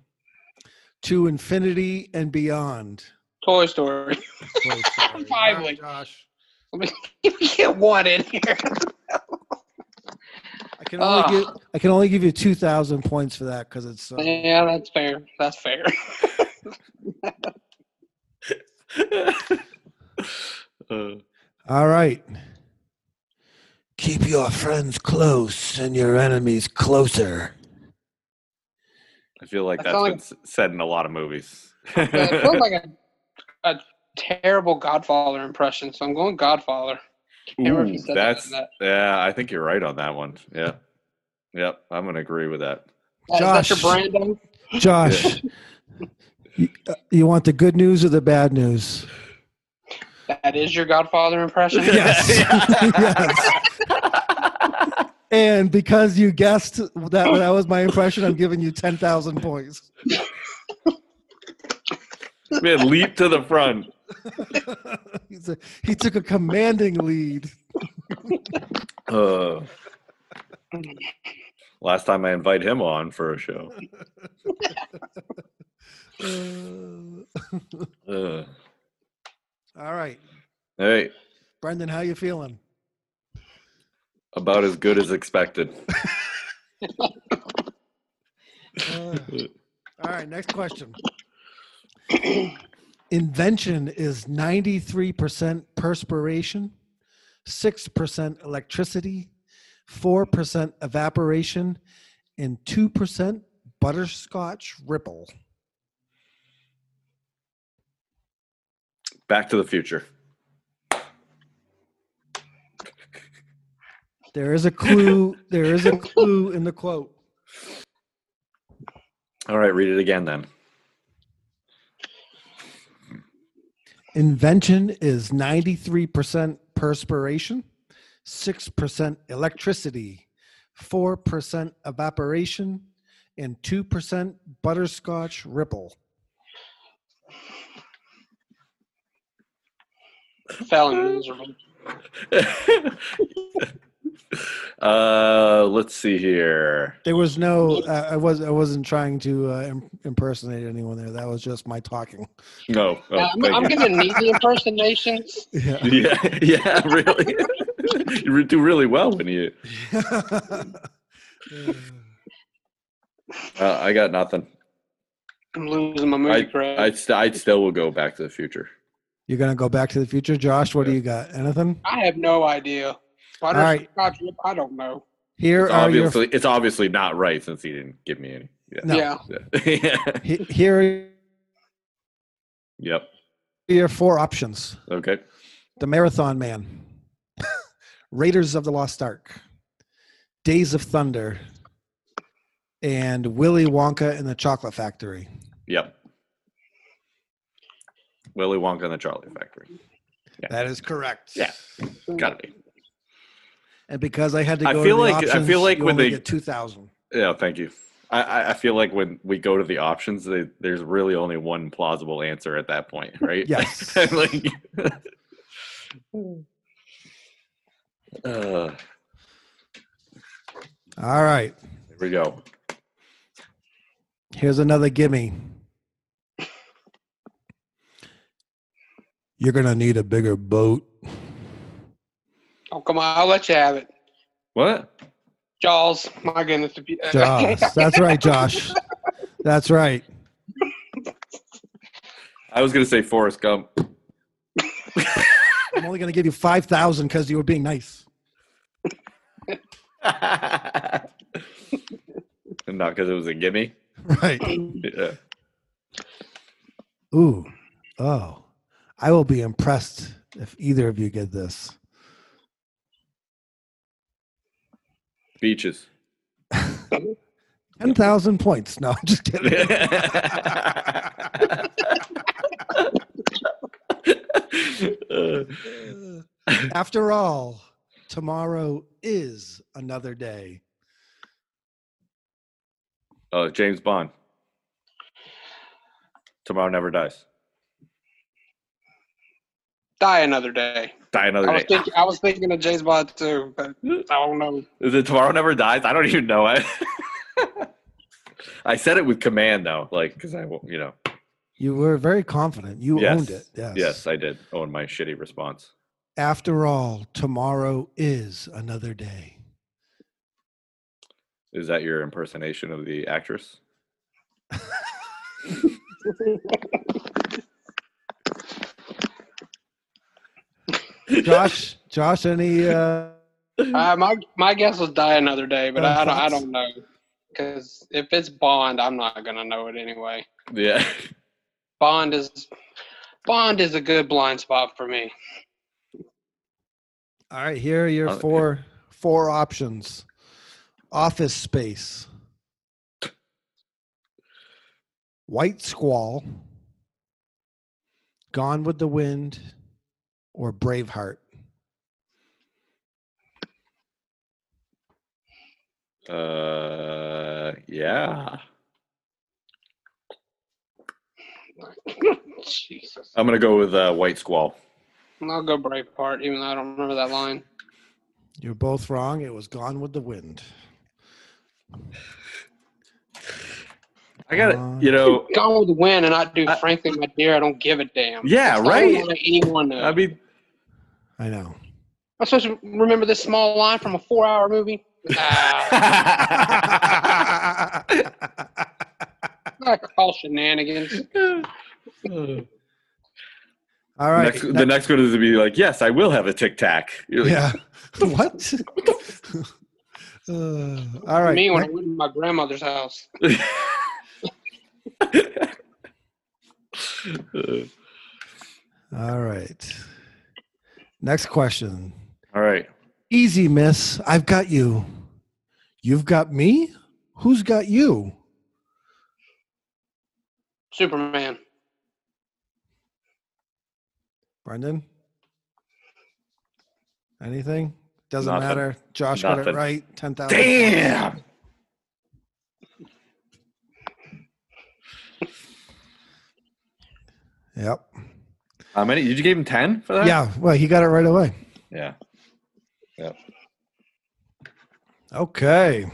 Speaker 4: To infinity and beyond.
Speaker 5: [laughs] Toy Story.
Speaker 4: Toy Story.
Speaker 5: [laughs] Finally.
Speaker 4: Wow, Josh.
Speaker 5: you get one in here.
Speaker 4: I can only
Speaker 5: Ah.
Speaker 4: give I can only give you two thousand points for that because it's. Uh,
Speaker 5: yeah, that's fair. That's fair. [laughs]
Speaker 3: Uh,
Speaker 4: all right. Keep your friends close and your enemies closer.
Speaker 3: I feel like
Speaker 5: I
Speaker 3: that's
Speaker 5: felt
Speaker 3: been s said in a lot of movies.
Speaker 5: But it
Speaker 3: [laughs]
Speaker 5: feels like a, a terrible Godfather impression, so I'm going Godfather. Can't remember if
Speaker 3: Ooh,
Speaker 5: you said that or
Speaker 3: that's
Speaker 5: not.
Speaker 3: yeah. I think you're right on that one. Yeah, yep. I'm gonna agree with that.
Speaker 5: Is that your
Speaker 4: Josh.
Speaker 5: Brando?
Speaker 4: Josh, [laughs] you, uh, you want the good news or the bad news?
Speaker 5: That is your Godfather
Speaker 4: [laughs]
Speaker 5: impression.
Speaker 4: Yes. Yes. And because you guessed that that was my impression, I'm giving you ten thousand points. [laughs]
Speaker 3: Man, leap to the front.
Speaker 4: He's a, he took a commanding lead.
Speaker 3: Uh, last time I invite him on for a show.
Speaker 4: Uh,
Speaker 3: Uh,
Speaker 4: all right,
Speaker 3: hey,
Speaker 4: Brendan, how you feeling?
Speaker 3: about as good as expected.
Speaker 4: Uh, all right, next question. [coughs] Invention is 93% perspiration, 6% electricity, 4% evaporation, and 2% butterscotch ripple.
Speaker 3: Back to the Future.
Speaker 4: There is a clue. There is a clue in the quote.
Speaker 3: All right, read it again then.
Speaker 4: Invention is 93% perspiration, 6% electricity, 4% evaporation, and 2% butterscotch ripple.
Speaker 5: Failing miserably.
Speaker 3: uh, let's see here.
Speaker 4: There was no uh, I was I wasn't trying to uh, im- impersonate anyone there. That was just my talking.
Speaker 3: No. [laughs] Oh,
Speaker 5: Yeah, Uh, I'm,
Speaker 3: thank
Speaker 5: I'm
Speaker 3: you.
Speaker 5: gonna need the impersonations.
Speaker 4: Yeah.
Speaker 3: [laughs] yeah, yeah, really. [laughs] you re- do really well when you. Uh, I got nothing.
Speaker 5: I'm losing my movie cred.
Speaker 3: I st- I still will go Back to the Future.
Speaker 4: [laughs] You're going to go back to the future, Josh. What do you got? Anything?
Speaker 5: I have no idea. Why
Speaker 4: All right.
Speaker 5: does Scotch Rip- I don't know.
Speaker 4: Here
Speaker 3: It's
Speaker 4: are your
Speaker 3: obviously, it's obviously not right since he didn't give me any. Yeah.
Speaker 4: No.
Speaker 5: Yeah.
Speaker 3: Yeah. [laughs] Yeah.
Speaker 4: he- here are
Speaker 3: yep.
Speaker 4: your four options.
Speaker 3: Okay.
Speaker 4: The Marathon Man, Raiders of the Lost Ark, Days of Thunder, and Willy Wonka and the Chocolate Factory.
Speaker 3: Yep. Willy Wonka and the Charlie Factory.
Speaker 4: That is correct.
Speaker 3: Yeah. Gotta be.
Speaker 4: And because I had to go
Speaker 3: I
Speaker 4: to
Speaker 3: feel
Speaker 4: the
Speaker 3: like- I
Speaker 4: options,
Speaker 3: feel like
Speaker 4: you
Speaker 3: when
Speaker 4: only
Speaker 3: they-
Speaker 4: get 2000.
Speaker 3: Yeah. Thank you. I- I, I feel like when we go to the options, they, there's really only one plausible answer at that point, right? [laughs]
Speaker 4: Yes.
Speaker 3: like, uh, here
Speaker 4: All right.
Speaker 3: we go.
Speaker 4: Here's another gimme. You're going to need a bigger boat.
Speaker 5: Oh come on, I'll let you have it.
Speaker 3: What?
Speaker 5: Jaws. My goodness. if you- uh,
Speaker 4: Josh. That's
Speaker 3: [laughs]
Speaker 4: right, Josh. That's right.
Speaker 3: I was gonna say Forrest Gump. [laughs]
Speaker 4: I'm only going to give you 5,000 because you were being nice.
Speaker 3: Not because it was a gimme.
Speaker 4: Right.
Speaker 3: Yeah.
Speaker 4: Ooh, oh, I will be impressed if either of you get this.
Speaker 3: Beaches.
Speaker 4: 10,000 points. No, I'm just kidding.
Speaker 3: Uh,
Speaker 4: [laughs] After all, tomorrow is another day?
Speaker 3: [laughs] Oh, James Bond. Tomorrow never dies.
Speaker 5: [laughs] Die another day.
Speaker 3: Die another
Speaker 5: I was
Speaker 3: day.
Speaker 5: thinking, I was thinking of Jay's Bond too, but I don't know.
Speaker 3: Is it tomorrow never dies? I don't even know. I, [laughs] I said it with command though, like because I, won't- you know,
Speaker 4: You were very confident. You
Speaker 3: Yes.
Speaker 4: owned it. Yes.
Speaker 3: yes, I did own my shitty response.
Speaker 4: After all, tomorrow is
Speaker 3: [laughs]
Speaker 4: another day.
Speaker 3: Is that your impersonation of the actress?
Speaker 4: Josh, Josh, any uh
Speaker 5: Uh, my my guess was die another day, but
Speaker 4: Uh,
Speaker 5: I don't I
Speaker 4: thoughts?
Speaker 5: don't know because if it's Bond, I'm not gonna know it anyway.
Speaker 3: Yeah.
Speaker 5: Bond is Bond is a good blind spot for me. [laughs]
Speaker 4: all right, here are your
Speaker 3: Oh, yeah.
Speaker 4: four four options. Office space. White squall. Gone with the wind or Braveheart.
Speaker 3: [laughs] Uh, yeah.
Speaker 5: Jesus,
Speaker 3: I'm gonna go with uh, White Squall.
Speaker 5: I'll go Braveheart, even though I don't remember that line.
Speaker 4: You're both wrong. It was Gone with the Wind.
Speaker 3: I got
Speaker 4: Uh,
Speaker 3: it. You know.
Speaker 5: Gone with the wind, and I do.
Speaker 3: I-
Speaker 5: frankly, my dear, I don't give a damn.
Speaker 3: Yeah,
Speaker 5: It's not
Speaker 3: right?
Speaker 5: like Anyone knows.
Speaker 3: I mean,
Speaker 4: I know.
Speaker 5: I'm supposed to remember this small line from a
Speaker 3: [laughs]
Speaker 5: four-hour movie. Ah. Nah, I call shenanigans.
Speaker 4: [laughs] All right.
Speaker 3: next, the next one is to be like, yes, I will have a Tic Tac. You're like, [laughs]
Speaker 4: yeah. [laughs] what? [laughs] Uh, all right.
Speaker 5: me when
Speaker 4: next-
Speaker 5: I went to my grandmother's house.
Speaker 3: Uh,
Speaker 4: All right. Next question.
Speaker 3: all right.
Speaker 4: Easy, miss. I've got you. You've got me? Who's got you?
Speaker 5: Superman.
Speaker 4: Brendan? Anything? Doesn't
Speaker 3: Nothing.
Speaker 4: matter. Josh got
Speaker 3: Nothing.
Speaker 4: it right. 10,000.
Speaker 3: Damn.
Speaker 4: Yep.
Speaker 3: How many? Did you give him ten for that?
Speaker 4: Yeah. Well, he got it right away.
Speaker 3: Yeah.
Speaker 4: Okay.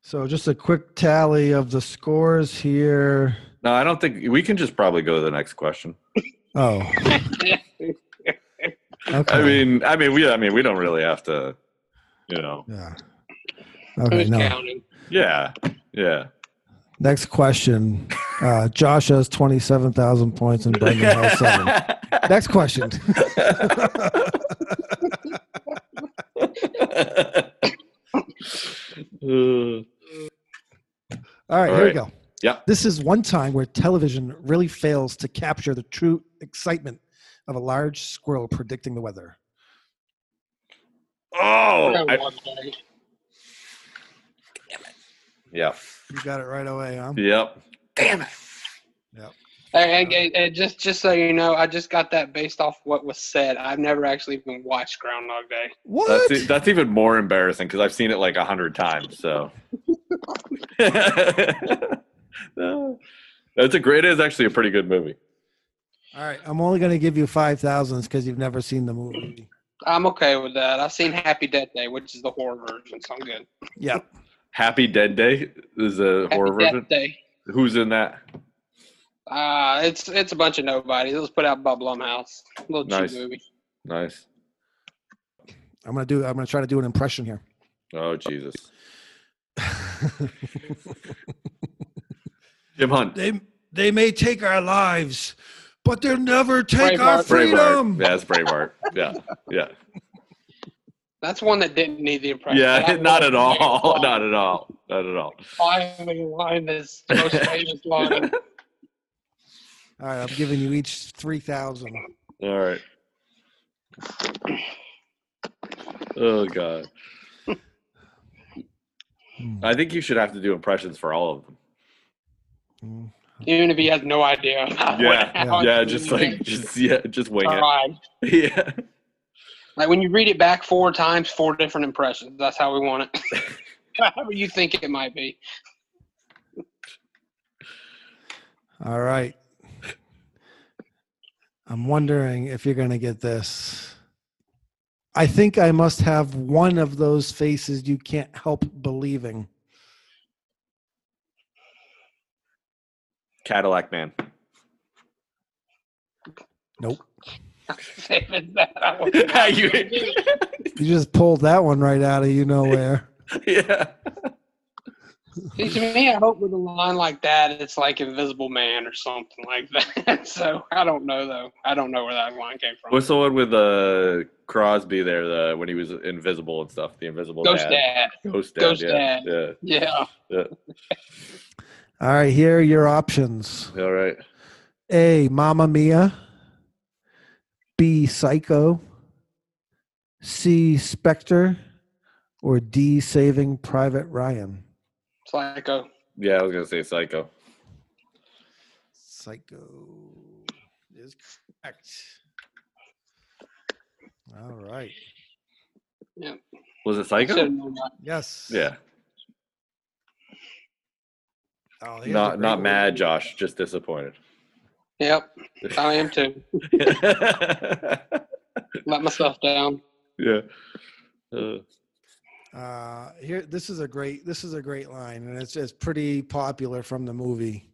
Speaker 4: So just a quick tally of the scores here.
Speaker 3: No, I don't think we can just probably go to the next question.
Speaker 5: [laughs]
Speaker 4: Oh. Okay.
Speaker 3: I mean, I mean, we, I mean, we don't really have to, you know.
Speaker 4: yeah.
Speaker 5: Who's
Speaker 4: Okay, no.
Speaker 5: counting?
Speaker 3: Yeah. Yeah.
Speaker 4: Next question. Uh, Josh has 27,000 points and Brendan
Speaker 3: [laughs]
Speaker 4: has seven. Next question.
Speaker 3: Uh,
Speaker 4: All right,
Speaker 3: All
Speaker 4: here
Speaker 3: right.
Speaker 4: we go.
Speaker 3: Yeah.
Speaker 4: This is one time where television really fails to capture the true excitement of a large squirrel predicting the weather.
Speaker 3: oh. I- yeah.
Speaker 4: You got it right away, huh?
Speaker 3: Yep. Damn it.
Speaker 5: Hey, hey, hey, hey, just just so you know, I just got that based off what was said. I've never actually even watched Groundhog Day.
Speaker 4: What?
Speaker 3: That's, e- that's even more embarrassing because I've seen it like a hundred times. So [laughs] No. that's a great. It is actually a pretty good movie.
Speaker 4: All right, I'm only going to give you 5,000 because you've never seen the movie.
Speaker 5: I'm okay with that. I've seen Happy Death Day, which is the horror version, so I'm good.
Speaker 4: Yeah.
Speaker 3: Happy Dead Day is a horror
Speaker 5: Happy
Speaker 3: version.
Speaker 5: Death Day.
Speaker 3: Who's in that?
Speaker 5: Uh, it's it's a bunch of nobodies. It was put out by Blumhouse. little
Speaker 3: Nice.
Speaker 5: cheap movie.
Speaker 3: Nice.
Speaker 4: I'm going to do I'm going to try to do an impression here.
Speaker 3: Oh Jesus. Jim Hunt.
Speaker 4: [laughs] they they may take our lives, but they'll never take
Speaker 5: our Braveheart.
Speaker 3: Braveheart. Yeah, that's Braveheart. Yeah, yeah,
Speaker 5: That's one that didn't need the impression.
Speaker 3: yeah. [laughs]
Speaker 5: That
Speaker 3: Not at
Speaker 5: was
Speaker 3: all. [laughs] Not at all. Not at all.
Speaker 5: Finally, line is the most famous line.
Speaker 4: All right, I'm giving you each 3,000.
Speaker 3: All right. Oh god.
Speaker 4: Hmm.
Speaker 3: I think you should have to do impressions for all of them.
Speaker 4: Hmm.
Speaker 5: Even if he has no idea.
Speaker 3: Yeah,
Speaker 4: Yeah.
Speaker 3: [laughs] yeah. Just like, just yeah, just wing
Speaker 5: All
Speaker 3: it.
Speaker 5: right.
Speaker 3: Yeah.
Speaker 5: Like when you read it back four times, four different impressions. That's how we want it. [laughs] However you think it might be. [laughs]
Speaker 4: All right. I'm wondering if you're going to get this. I think I must have one of those faces you can't help believing.
Speaker 3: Cadillac
Speaker 5: [laughs]
Speaker 3: Man.
Speaker 4: Nope.
Speaker 5: Saving that. I was not
Speaker 3: You-
Speaker 5: gonna do it.
Speaker 4: You just pulled that one right out of you know where.
Speaker 3: yeah.
Speaker 5: See, to me, I hope with a line like that, it's like Invisible Man or something like that. [laughs] so I don't know though. I don't know where that line came from.
Speaker 3: What's the one with uh, Crosby there the, when he was invisible and stuff? The invisible
Speaker 5: Ghost
Speaker 3: dad.
Speaker 5: Dad.
Speaker 3: Ghost dad.
Speaker 5: Ghost
Speaker 3: yeah,
Speaker 5: Dad.
Speaker 3: Yeah.
Speaker 5: Yeah.
Speaker 4: All right, here are your options
Speaker 3: All right.
Speaker 4: A, Mamma Mia. B, Psycho. C, Spectre. Or D, Saving Private Ryan.
Speaker 5: Psycho.
Speaker 3: Yeah, I was gonna say Psycho.
Speaker 4: Psycho is correct. All right.
Speaker 3: Was it
Speaker 5: I
Speaker 3: Psycho?
Speaker 5: should've known that.
Speaker 4: Yes.
Speaker 3: Yeah.
Speaker 4: Oh, here's a
Speaker 3: Not
Speaker 4: great
Speaker 3: not
Speaker 4: one.
Speaker 3: mad, Josh. Just
Speaker 4: [laughs]
Speaker 3: disappointed.
Speaker 5: Yep. I am too. Let myself down.
Speaker 3: yeah. Uh,
Speaker 4: Uh, here, this is a great. This is a great line, and it's it's pretty popular from the movie.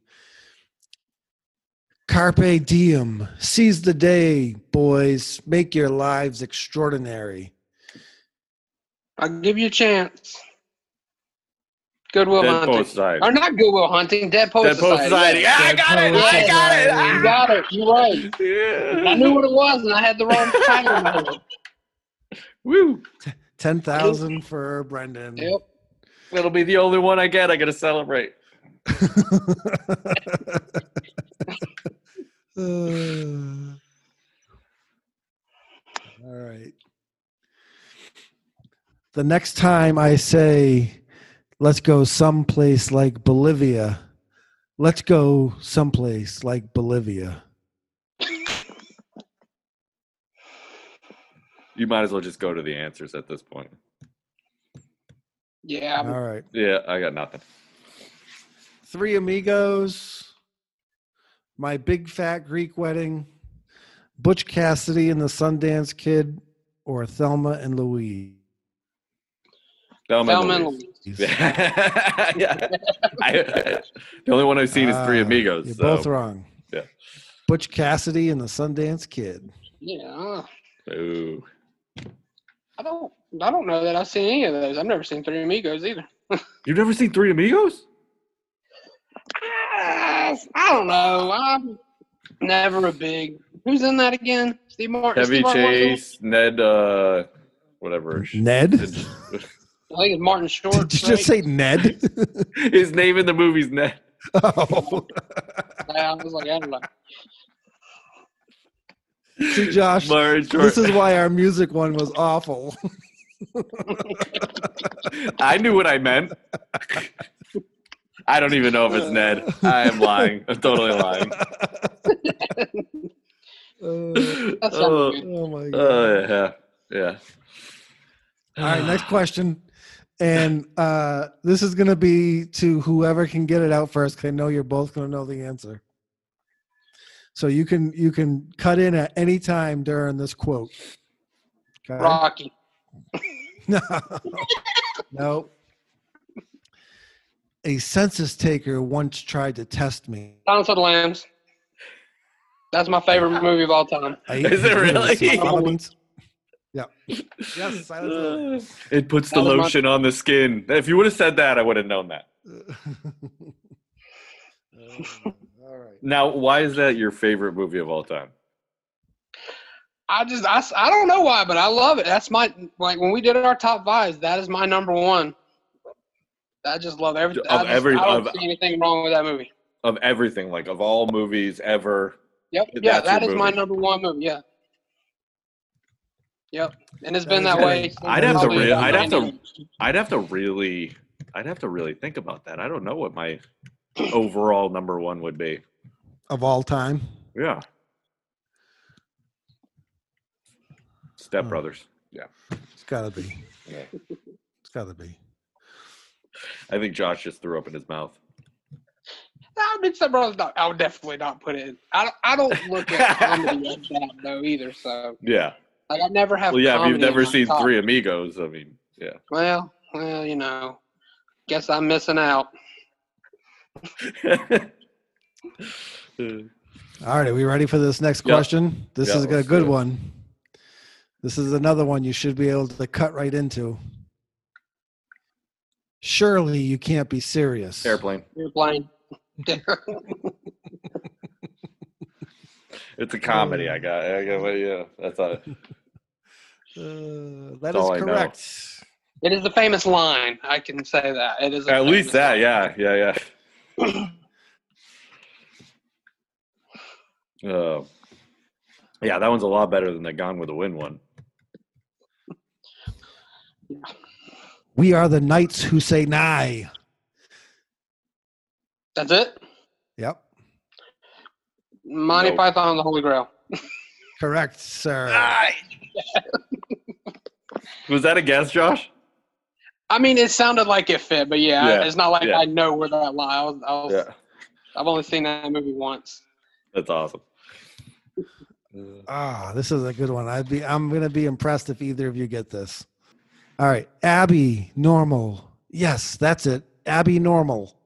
Speaker 4: Carpe diem, seize the day, boys. Make your lives extraordinary.
Speaker 5: I'll give you a chance. Goodwill
Speaker 3: Dead
Speaker 5: Hunting.
Speaker 3: Poet Society.
Speaker 5: Or not Goodwill Hunting, Dead Poet
Speaker 3: Dead Poet Society.
Speaker 5: Society.
Speaker 3: Yeah, I got it. I got it. Ah,
Speaker 5: You got it. You're right.
Speaker 3: Yeah.
Speaker 5: I knew what it was and I had the wrong title. in my
Speaker 3: [laughs]
Speaker 5: head.
Speaker 3: Woo!
Speaker 4: Ten thousand for Brendan.
Speaker 5: Yep.
Speaker 3: It'll be the only one I get. I gotta celebrate.
Speaker 4: Uh, all right. The next time I say, let's go someplace like Bolivia, let's go someplace like Bolivia.
Speaker 3: You might as well just go to the answers at this point.
Speaker 5: Yeah.
Speaker 4: All right.
Speaker 3: Yeah, I got nothing.
Speaker 4: Three Amigos, My Big Fat Greek Wedding, Butch Cassidy and the Sundance Kid, or Thelma and Louise.
Speaker 3: Thelma and
Speaker 5: Thelma and
Speaker 3: Louise. [laughs]
Speaker 5: Louise.
Speaker 3: yeah. I- the only one I've seen is Three
Speaker 4: Ah,
Speaker 3: Amigos.
Speaker 4: You're
Speaker 3: so-
Speaker 4: both wrong.
Speaker 3: yeah.
Speaker 4: Butch Cassidy and the Sundance Kid.
Speaker 5: Yeah.
Speaker 3: Ooh.
Speaker 5: I don't. I don't know that I've seen any of those. I've never seen Three Amigos either.
Speaker 3: You've never seen Three Amigos?
Speaker 5: Ah, I don't know. I'm never a big. Who's in that again? Steve Martin. is
Speaker 3: Heavy
Speaker 5: Steve Martin one of them?
Speaker 3: Chase, Ned, uh, whatever.
Speaker 4: Ned? [laughs] Did
Speaker 5: I think it's Martin Short.
Speaker 4: you
Speaker 5: right?
Speaker 4: just
Speaker 3: [laughs]
Speaker 4: say Ned?
Speaker 3: [laughs] His name in the movie's Ned.
Speaker 4: [laughs] oh.
Speaker 5: Yeah, I was like, I don't know.
Speaker 4: See, Josh,
Speaker 3: Martin Short.
Speaker 4: this is why our music one was awful. [laughs]
Speaker 3: I knew what I meant. I don't even know if it's Ned. I am lying. I'm totally lying.
Speaker 4: Uh,
Speaker 5: That's not
Speaker 3: oh,
Speaker 5: good.
Speaker 4: oh, my God.
Speaker 3: oh, yeah. Yeah.
Speaker 4: All right, next question. And uh, this is going to be to whoever can get it out first. 'cause I know you're both going to know the answer. So you can you can cut in at any time during this quote. Okay?
Speaker 5: Rocky.
Speaker 4: No. [laughs] no. A census taker once tried to test me.
Speaker 5: Silence of the Lambs. That's my favorite movie of all time.
Speaker 4: I
Speaker 3: Is it really?
Speaker 4: Yeah. Yes, Silence of the
Speaker 3: It puts the
Speaker 5: That was my-
Speaker 3: lotion on the skin. If you would have said that, I would have known that. [sighs]
Speaker 4: All right.
Speaker 3: Now, why is that your favorite movie of all time?
Speaker 5: I just, I, s- I don't know why, but I love it. That's my like when we did our top fives. That is my number one. I just love everything. I,
Speaker 3: Of
Speaker 5: just,
Speaker 3: every-
Speaker 5: I don't
Speaker 3: of-
Speaker 5: see anything wrong with that movie.
Speaker 3: Of everything, like of all movies ever.
Speaker 5: Yep.
Speaker 3: That's
Speaker 5: Yeah,
Speaker 3: your
Speaker 5: that is my
Speaker 3: movie.
Speaker 5: number one movie. Yeah. Yep. And it's
Speaker 4: That
Speaker 5: been
Speaker 4: is
Speaker 5: that
Speaker 4: your-
Speaker 5: way. since
Speaker 3: I'd have to
Speaker 5: probably
Speaker 3: re-
Speaker 5: about
Speaker 3: I'd have to-
Speaker 5: 90.
Speaker 3: I'd have to really, I'd have to really think about that. I don't know what
Speaker 5: [clears throat]
Speaker 3: my overall number one would be.
Speaker 4: Of all time.
Speaker 3: Yeah. Step
Speaker 4: Huh.
Speaker 5: Hmm.
Speaker 3: Brothers.
Speaker 4: It's gotta be.
Speaker 3: Yeah.
Speaker 4: It's gotta be.
Speaker 3: I think Josh just threw up in his mouth.
Speaker 5: I mean, some brothers. Not, I would definitely not put it. In. I don't. I don't look
Speaker 3: [laughs]
Speaker 5: at comedy like that though either. So
Speaker 3: Yeah.
Speaker 5: like, I never have.
Speaker 3: Well, yeah. If
Speaker 5: comedy
Speaker 3: you've
Speaker 5: in
Speaker 3: never
Speaker 5: my
Speaker 3: seen
Speaker 5: top.
Speaker 3: Three Amigos, I mean, [laughs] yeah.
Speaker 5: Well, well, you know, guess I'm missing out.
Speaker 4: All right, are we ready for this next
Speaker 3: Yeah.
Speaker 4: question? This
Speaker 3: Yeah,
Speaker 4: is a
Speaker 3: let's
Speaker 4: good
Speaker 3: do it.
Speaker 4: one. This is another one you should be able to cut right into. Surely you can't be serious.
Speaker 3: Airplane.
Speaker 5: You're playing. [laughs]
Speaker 3: It's a comedy. I got. I got. well, Yeah. That's a.
Speaker 5: [laughs]
Speaker 4: Uh, that
Speaker 3: That's
Speaker 4: is
Speaker 3: all I know.
Speaker 4: correct.
Speaker 5: It is a famous line. I can say that. It is a
Speaker 3: At least
Speaker 5: famous
Speaker 3: that.
Speaker 5: line.
Speaker 3: Yeah. Yeah.
Speaker 5: [coughs]
Speaker 3: Yeah. Uh, yeah. That one's a lot better than the Gone with the Wind one.
Speaker 4: We are the knights who say nigh.
Speaker 5: That's it.
Speaker 4: Yep.
Speaker 5: Monty
Speaker 3: Nope.
Speaker 5: Python and the Holy Grail.
Speaker 4: Correct, sir.
Speaker 3: Was that a guess, Josh?
Speaker 5: I mean, it sounded like it fit, but yeah,
Speaker 3: Yeah,
Speaker 5: it's not like
Speaker 3: yeah.
Speaker 5: I know where that lie. I was, I was, I've only seen that movie once.
Speaker 3: That's awesome.
Speaker 4: Ah, this is a good one. I'd be I'm gonna be impressed if either of you get this. All right. Abby normal. Yes, that's it. Abby normal.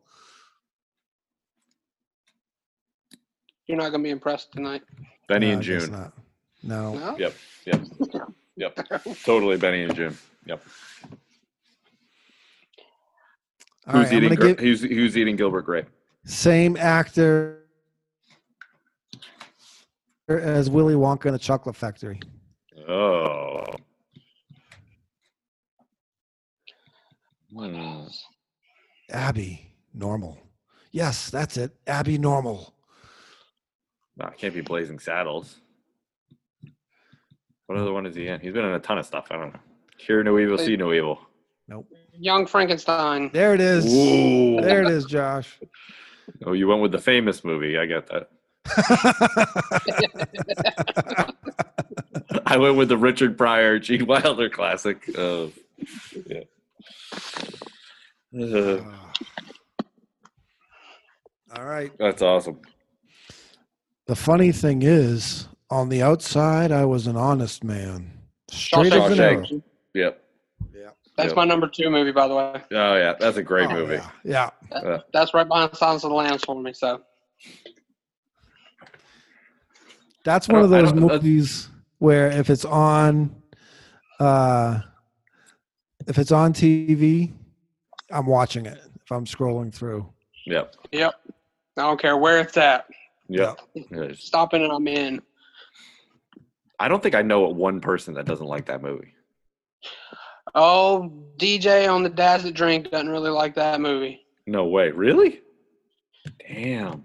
Speaker 5: You're not gonna be impressed tonight.
Speaker 3: Benny
Speaker 4: No,
Speaker 3: and
Speaker 4: I guess
Speaker 3: June.
Speaker 4: not. No.
Speaker 5: No.
Speaker 3: Yep. Yep.
Speaker 5: [laughs]
Speaker 3: Yep. totally Benny and June. Yep.
Speaker 4: All
Speaker 3: who's
Speaker 4: right, I'm
Speaker 3: eating?
Speaker 4: gonna
Speaker 3: Gr-
Speaker 4: give
Speaker 3: who's who's eating Gilbert Grape?
Speaker 4: same actor as Willy Wonka in a chocolate factory.
Speaker 3: Oh. Hmm.
Speaker 4: Abby normal. Yes, that's it. Abby normal.
Speaker 3: Nah, it can't be Blazing Saddles. What other one is he in? He's been in a ton of stuff. I don't know. Hear no evil, see no evil.
Speaker 5: Young Frankenstein.
Speaker 4: There it is.
Speaker 3: Ooh.
Speaker 4: There it is, Josh.
Speaker 3: Oh, you went with the famous movie. I got
Speaker 4: [laughs]
Speaker 3: that. I went with the Richard Pryor, Gene Wilder classic. Of, yeah. [sighs] Uh,
Speaker 4: All right.
Speaker 3: that's awesome.
Speaker 4: The funny thing is, on the outside, I was an honest man. Straight as an arrow.
Speaker 3: Shawshank. Yep.
Speaker 5: That's
Speaker 3: Yep.
Speaker 5: my number two movie, by the way.
Speaker 3: Oh yeah, that's a great
Speaker 4: Oh,
Speaker 3: movie.
Speaker 4: Yeah. yeah.
Speaker 5: That's right behind Silence of the Lambs for me. So
Speaker 4: That's
Speaker 3: I
Speaker 4: one of
Speaker 3: don't- I
Speaker 4: those
Speaker 3: don't- that's-
Speaker 4: movies where if it's on, uh, if it's on TV, I'm watching it. If I'm scrolling through,
Speaker 3: Yep.
Speaker 5: Yep. I don't care where it's at.
Speaker 3: Yep. Yeah.
Speaker 5: Stopping and I'm in.
Speaker 3: I don't think I know one person that doesn't like that movie.
Speaker 5: Oh, DJ on the Dazzle Drink doesn't really like that movie.
Speaker 3: No way. Really? Damn.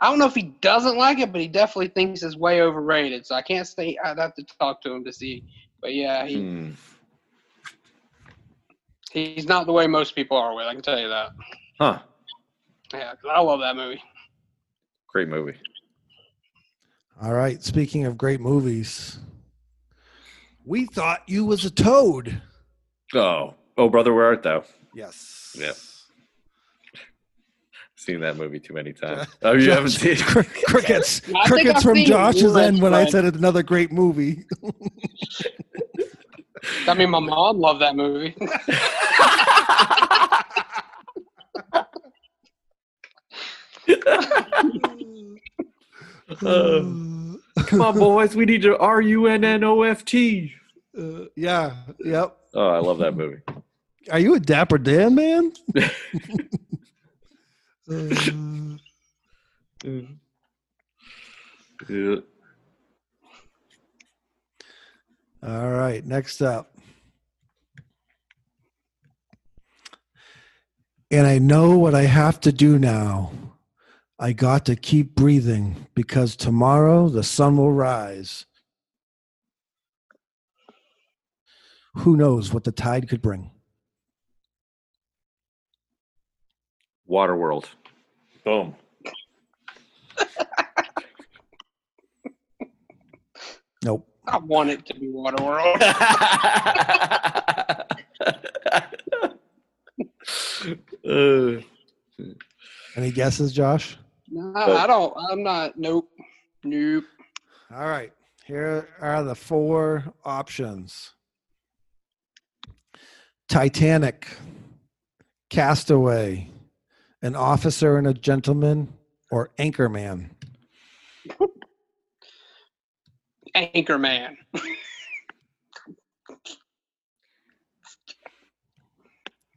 Speaker 5: I don't know if he doesn't like it, but he definitely thinks it's way overrated. So I can't say I'd have to talk to him to see. But yeah, he,
Speaker 3: Hmm.
Speaker 5: he's not the way most people are with. I can tell you that.
Speaker 3: Huh.
Speaker 5: Yeah, 'cause I love that movie.
Speaker 3: Great movie.
Speaker 4: all right. Speaking of great movies, we thought you was a toad.
Speaker 3: Oh. Oh, brother, where art thou?
Speaker 4: Yes.
Speaker 3: Yep. Seen that movie too many
Speaker 4: [laughs]
Speaker 3: times. Oh, you
Speaker 4: Josh-
Speaker 3: haven't seen it?
Speaker 5: [laughs]
Speaker 4: Cr- crickets,
Speaker 5: I think
Speaker 4: crickets
Speaker 5: I've
Speaker 4: from
Speaker 5: seen
Speaker 4: Josh's
Speaker 5: Lawrence,
Speaker 4: end when I
Speaker 5: but-
Speaker 4: said another great movie.
Speaker 5: I mean, my mom loved that movie. [laughs]
Speaker 3: Uh, Come on, boys. We need to R U N N O F T.
Speaker 4: [laughs] Uh, yeah. Yep.
Speaker 3: Oh, I love that movie.
Speaker 4: Are you a Dapper Dan man?
Speaker 3: Yeah.
Speaker 4: all right. Next up. And I know what I have to do now. I got to keep breathing because tomorrow the sun will rise. Who knows what the tide could bring?
Speaker 3: Waterworld. Boom.
Speaker 4: Nope.
Speaker 5: I want it to be Waterworld.
Speaker 3: Uh,
Speaker 4: Any guesses, Josh?
Speaker 5: No,
Speaker 3: But-
Speaker 5: I don't. I'm not. Nope. Nope.
Speaker 4: All right. Here are the four options Titanic, Castaway, An Officer and a Gentleman, or Anchorman.
Speaker 5: Anchorman.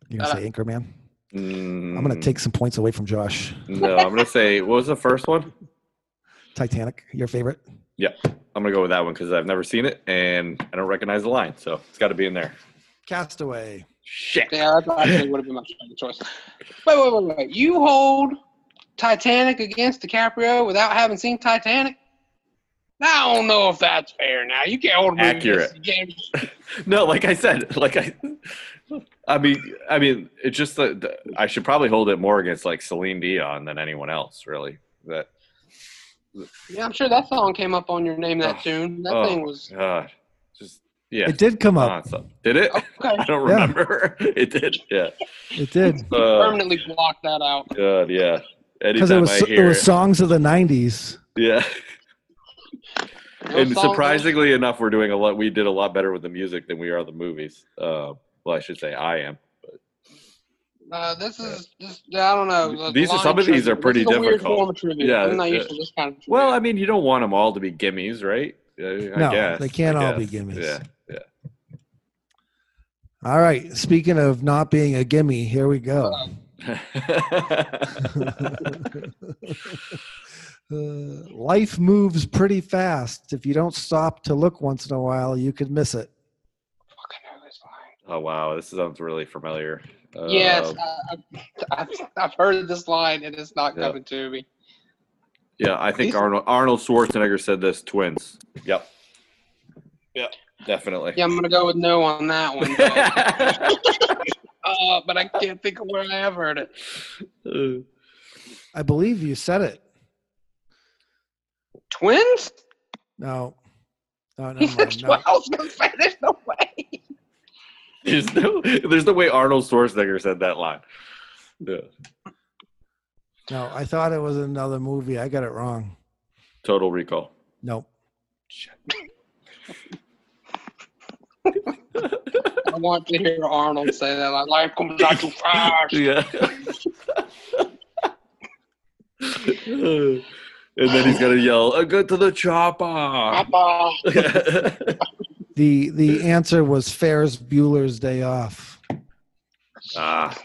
Speaker 4: You gonna say Anchorman? I'm gonna
Speaker 3: Uh, mm,
Speaker 4: take some points away from Josh.
Speaker 3: No, I'm gonna say what was the first one?
Speaker 4: Titanic, your favorite?
Speaker 3: I'm gonna go with that one because I've never seen it and I don't recognize the line, so it's got to be in there.
Speaker 4: Castaway.
Speaker 3: Shit.
Speaker 5: Yeah, that actually would have been my second choice. Wait, wait, wait, wait. You hold Titanic against DiCaprio without having seen Titanic? I don't know if that's fair. Now you can't hold a movie against- against-
Speaker 3: No, like I said, [laughs] like I, I mean, I mean, it's just that the- I should probably hold it more against like Celine Dion than anyone else, really. That
Speaker 5: Yeah, I'm sure that song came up on your name that
Speaker 3: Oh,
Speaker 5: tune. That
Speaker 3: oh.
Speaker 5: thing was
Speaker 3: God, just yeah,
Speaker 4: It did come up.
Speaker 3: nonstop. Did it? [laughs]
Speaker 5: okay.
Speaker 3: I don't
Speaker 4: Yeah.
Speaker 3: remember. [laughs] it did. Yeah.
Speaker 4: It
Speaker 3: [laughs]
Speaker 4: did.
Speaker 3: Uh,
Speaker 5: Permanently blocked that out.
Speaker 3: God, yeah.
Speaker 4: Because it
Speaker 3: Anytime
Speaker 4: was
Speaker 3: I
Speaker 4: it
Speaker 3: hear,
Speaker 4: was songs of the '90s.
Speaker 3: [laughs] yeah.
Speaker 5: Those
Speaker 3: And
Speaker 5: songs-
Speaker 3: surprisingly enough, we're doing a lot. We did a lot better with the music than we are the movies. Uh, well, I should say I am.
Speaker 5: Uh, this is this. I don't know.
Speaker 3: These are-
Speaker 5: line
Speaker 3: some of these
Speaker 5: trivia.
Speaker 3: are pretty
Speaker 5: this is a Weird
Speaker 3: difficult.
Speaker 5: form of trivia.
Speaker 3: Yeah,
Speaker 5: I'm not
Speaker 3: yeah. uh,
Speaker 5: used to this kind of trivia.
Speaker 3: Well, I mean, you don't want them all to be gimmies, right? Uh, I, I
Speaker 4: No,
Speaker 3: guess.
Speaker 4: they can't
Speaker 3: I
Speaker 4: all be
Speaker 3: guess.
Speaker 4: gimmies.
Speaker 3: Yeah.
Speaker 4: All right. Speaking of not being a gimme, here we go. [laughs] Uh, life moves pretty fast. If you don't stop to look once in a while, you could miss it.
Speaker 5: I know this line.
Speaker 3: [laughs] oh wow, this sounds really familiar. Um,
Speaker 5: yes, I, I, I've, I've heard this line, and it's not
Speaker 3: Yeah.
Speaker 5: coming to me.
Speaker 3: Yeah, I think
Speaker 5: These-
Speaker 3: Arnold Arnold Schwarzenegger said this. Twins. Yep. Yep. Definitely.
Speaker 5: Yeah, I'm gonna go with no on that one. But,
Speaker 3: [laughs]
Speaker 5: uh, but I can't think of where I have heard it.
Speaker 4: I believe you said it.
Speaker 5: Twins?
Speaker 4: No. No,
Speaker 5: [laughs]
Speaker 4: no,
Speaker 5: He said
Speaker 4: no.
Speaker 5: twelve. I was gonna say there's no way.
Speaker 3: there's no there's no way Arnold Schwarzenegger said that line. Yeah,
Speaker 4: No, I thought it was another movie. I got it wrong.
Speaker 3: Total Recall.
Speaker 4: Nope.
Speaker 5: I want to hear Arnold say that. Like, life comes out
Speaker 3: [laughs]
Speaker 5: too fast.
Speaker 3: Yeah. and then he's gonna yell, "Uh, "Go to the
Speaker 5: [laughs]
Speaker 3: chopper!"
Speaker 5: Papa.
Speaker 4: The the answer was Ferris Bueller's Day Off.
Speaker 3: ah,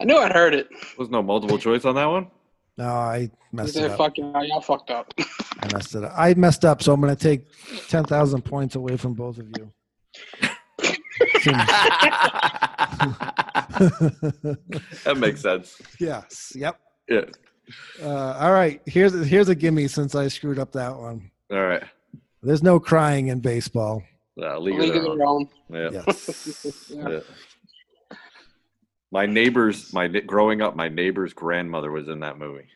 Speaker 5: I knew I'd heard it.
Speaker 3: was no multiple choice on that one.
Speaker 5: [laughs]
Speaker 4: No, I messed
Speaker 5: They're
Speaker 4: it up.
Speaker 5: fucking, y'all fucked up.
Speaker 4: I messed it up. I messed up, so I'm going to take 10,000 points away from both of you.
Speaker 3: that makes sense.
Speaker 4: [laughs] yes. Yep.
Speaker 3: Yeah.
Speaker 4: Uh, all right. Here's here's a gimme since I screwed up that one.
Speaker 3: All right.
Speaker 4: There's no crying in baseball.
Speaker 3: Uh, League, of
Speaker 5: League of
Speaker 3: Their
Speaker 5: Their Own.
Speaker 3: Own. Yeah. [laughs]
Speaker 4: Yes.
Speaker 5: Yeah.
Speaker 3: Yeah. My neighbors, my ne- growing up, my neighbor's grandmother was in that movie.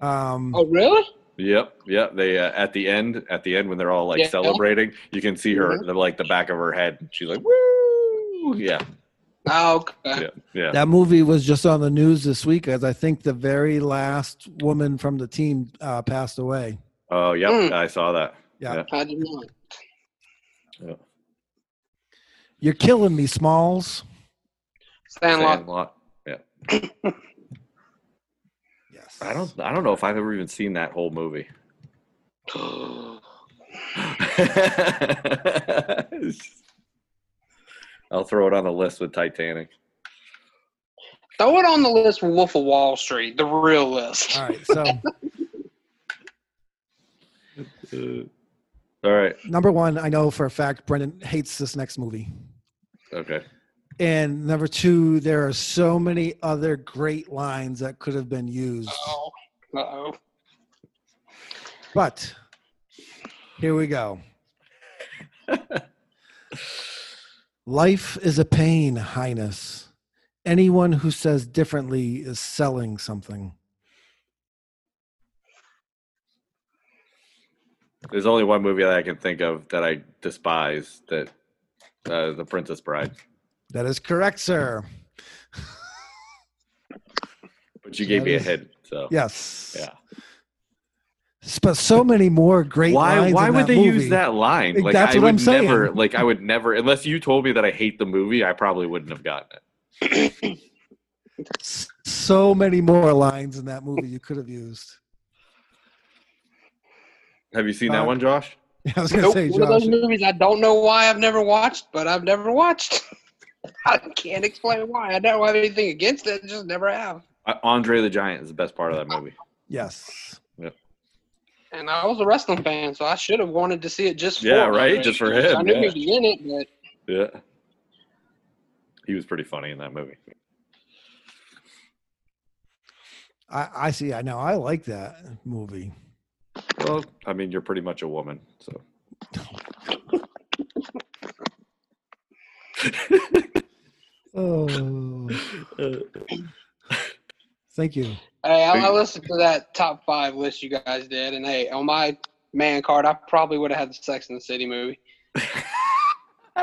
Speaker 4: Um,
Speaker 5: Oh, really?
Speaker 3: Yep, yep. They uh, at the end, at the end when they're all like
Speaker 5: Yeah.
Speaker 3: celebrating, you can see her
Speaker 5: Mhm.
Speaker 3: the, like the back of her head. She's like, "Woo!" Yeah,
Speaker 5: Oh, okay.
Speaker 3: yeah, yeah.
Speaker 4: that movie was just on the news this week as I think the very last woman from the team uh, passed away.
Speaker 3: Oh, yep.
Speaker 5: Mm.
Speaker 3: I saw that.
Speaker 5: I did not.
Speaker 4: You're killing me, Smalls.
Speaker 5: Sandlot.
Speaker 3: Sandlot.
Speaker 4: Yes.
Speaker 3: I don't. I don't know if I've ever even seen that whole movie. [laughs] I'll throw it on the list with Titanic.
Speaker 5: [gasps] Throw it on the list for Wolf of Wall Street, the real list.
Speaker 4: All right. So [laughs]
Speaker 3: Uh, all right.
Speaker 4: number one, I know for a fact Brendan hates this next movie.
Speaker 3: Okay.
Speaker 4: And number two, there are so many other great lines that could have been used.
Speaker 5: Oh, uh-oh.
Speaker 4: But here
Speaker 3: [laughs]
Speaker 4: we go. Life is a pain, Highness. Anyone who says differently is selling something.
Speaker 3: There's only one movie that I can think of that I despise that uh, The Princess Bride.
Speaker 4: That is
Speaker 3: [laughs]
Speaker 4: correct, sir.
Speaker 3: But you gave
Speaker 4: That
Speaker 3: me a
Speaker 4: is-
Speaker 3: hint, so
Speaker 4: Yes.
Speaker 3: yeah.
Speaker 4: S- But so many more great
Speaker 3: Why
Speaker 4: lines
Speaker 3: why
Speaker 4: in
Speaker 3: would
Speaker 4: that
Speaker 3: they use
Speaker 4: movie.
Speaker 3: that line? Like
Speaker 4: That's
Speaker 3: I
Speaker 4: what
Speaker 3: would
Speaker 4: I'm saying.
Speaker 3: never like I would never unless you told me that I hate the movie, I probably wouldn't have gotten it.
Speaker 4: S- So many more lines in that movie you could have used. [laughs]
Speaker 3: Have you seen that
Speaker 4: Uh,
Speaker 3: one, Josh?
Speaker 4: I was gonna [laughs]
Speaker 5: Nope,
Speaker 4: say,
Speaker 5: one of
Speaker 4: Josh.
Speaker 5: those movies I don't know why I've never watched, but I've never watched. [laughs] I can't explain why. I don't have anything against it, just never have.
Speaker 3: Uh, Andre the Giant is the best part of that movie.
Speaker 4: Yes.
Speaker 5: And I was a wrestling fan, so I should have wanted to see it just for
Speaker 3: Yeah,
Speaker 5: him.
Speaker 3: right? Just for him,
Speaker 5: I knew
Speaker 3: yeah.
Speaker 5: he was in it, but
Speaker 3: Yeah. He was pretty funny in that movie.
Speaker 4: I, I see. I know. I like that movie.
Speaker 3: Well, I mean, you're pretty much a woman, so [laughs]
Speaker 4: Oh. Thank you.
Speaker 5: Hey, I, I
Speaker 3: Big-
Speaker 5: listened to that top five list you guys did, and hey, on my man card, I probably would have had the Sex and the City movie. [laughs]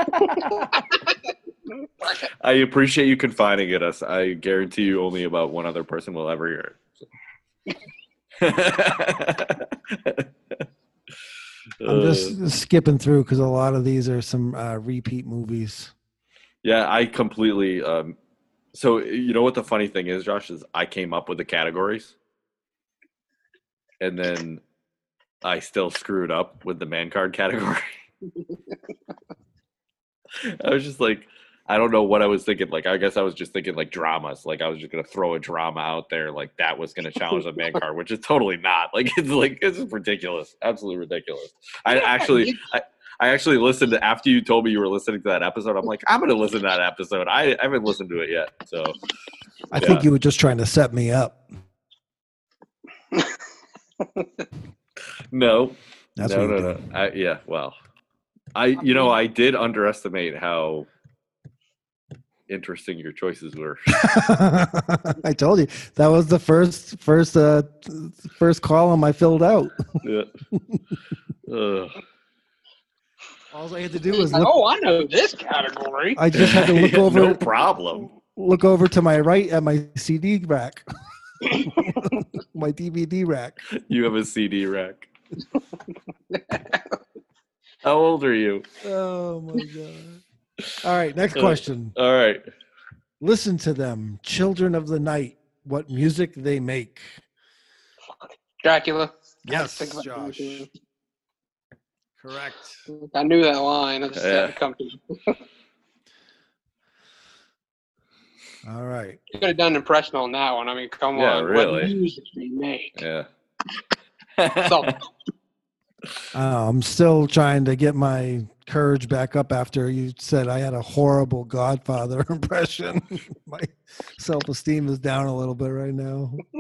Speaker 3: I appreciate you confiding in us. I guarantee you only about one other person will ever hear it. so.
Speaker 4: I'm
Speaker 3: Uh,
Speaker 4: just skipping through because a lot of these are some uh, repeat movies.
Speaker 3: yeah, I completely. Um, so you know what the funny thing is, Josh, is I came up with the categories, and then I still screwed up with the man card [laughs] category. I was just like, I don't know what I was thinking. Like, I guess I was just thinking like dramas. Like, I was just gonna throw a drama out there. Like that was gonna challenge the man card, which is totally not. Like, it's like it's just ridiculous, absolutely ridiculous. I actually, I, I actually listened to, after you told me you were listening to that episode. I'm like, I'm gonna listen to that episode. I, I haven't listened to it yet, so
Speaker 4: I
Speaker 3: Yeah.
Speaker 4: think you were just trying to set me up.
Speaker 3: no,
Speaker 4: That's
Speaker 3: no,
Speaker 4: what you
Speaker 3: no,
Speaker 4: did.
Speaker 3: no. I, yeah, well, I, you know, I did underestimate how interesting your choices were.
Speaker 4: [laughs]
Speaker 3: [laughs]
Speaker 4: I told you that was the first first uh, first column I filled out.
Speaker 3: yeah. Ugh.
Speaker 4: All [laughs] I had to do was
Speaker 5: Like,
Speaker 4: look.
Speaker 5: oh, I know this category.
Speaker 4: I just had to look
Speaker 3: [laughs] Yeah,
Speaker 4: over
Speaker 3: No problem.
Speaker 4: look over to my right at my CD rack, [laughs] my DVD rack.
Speaker 3: You have a CD
Speaker 4: [laughs]
Speaker 3: rack. How old are you?
Speaker 4: Oh my god! All right, next
Speaker 3: Uh,
Speaker 4: question.
Speaker 3: All right.
Speaker 4: Listen to them, children of the night. What music they make?
Speaker 5: Dracula.
Speaker 4: Yes,
Speaker 5: Think about
Speaker 4: Josh.
Speaker 5: Dracula.
Speaker 4: Correct.
Speaker 5: I knew that line. I just had
Speaker 3: Yeah.
Speaker 5: to come to you.
Speaker 4: All right.
Speaker 5: could have done an impression on that one. I mean, come
Speaker 3: Yeah,
Speaker 5: on. What
Speaker 3: really.
Speaker 5: music they make.
Speaker 3: Yeah. [laughs]
Speaker 5: So,
Speaker 4: Uh, I'm still trying to get my courage back up after you said I had a horrible Godfather [laughs] impression. my self esteem is down a little bit right now. [laughs]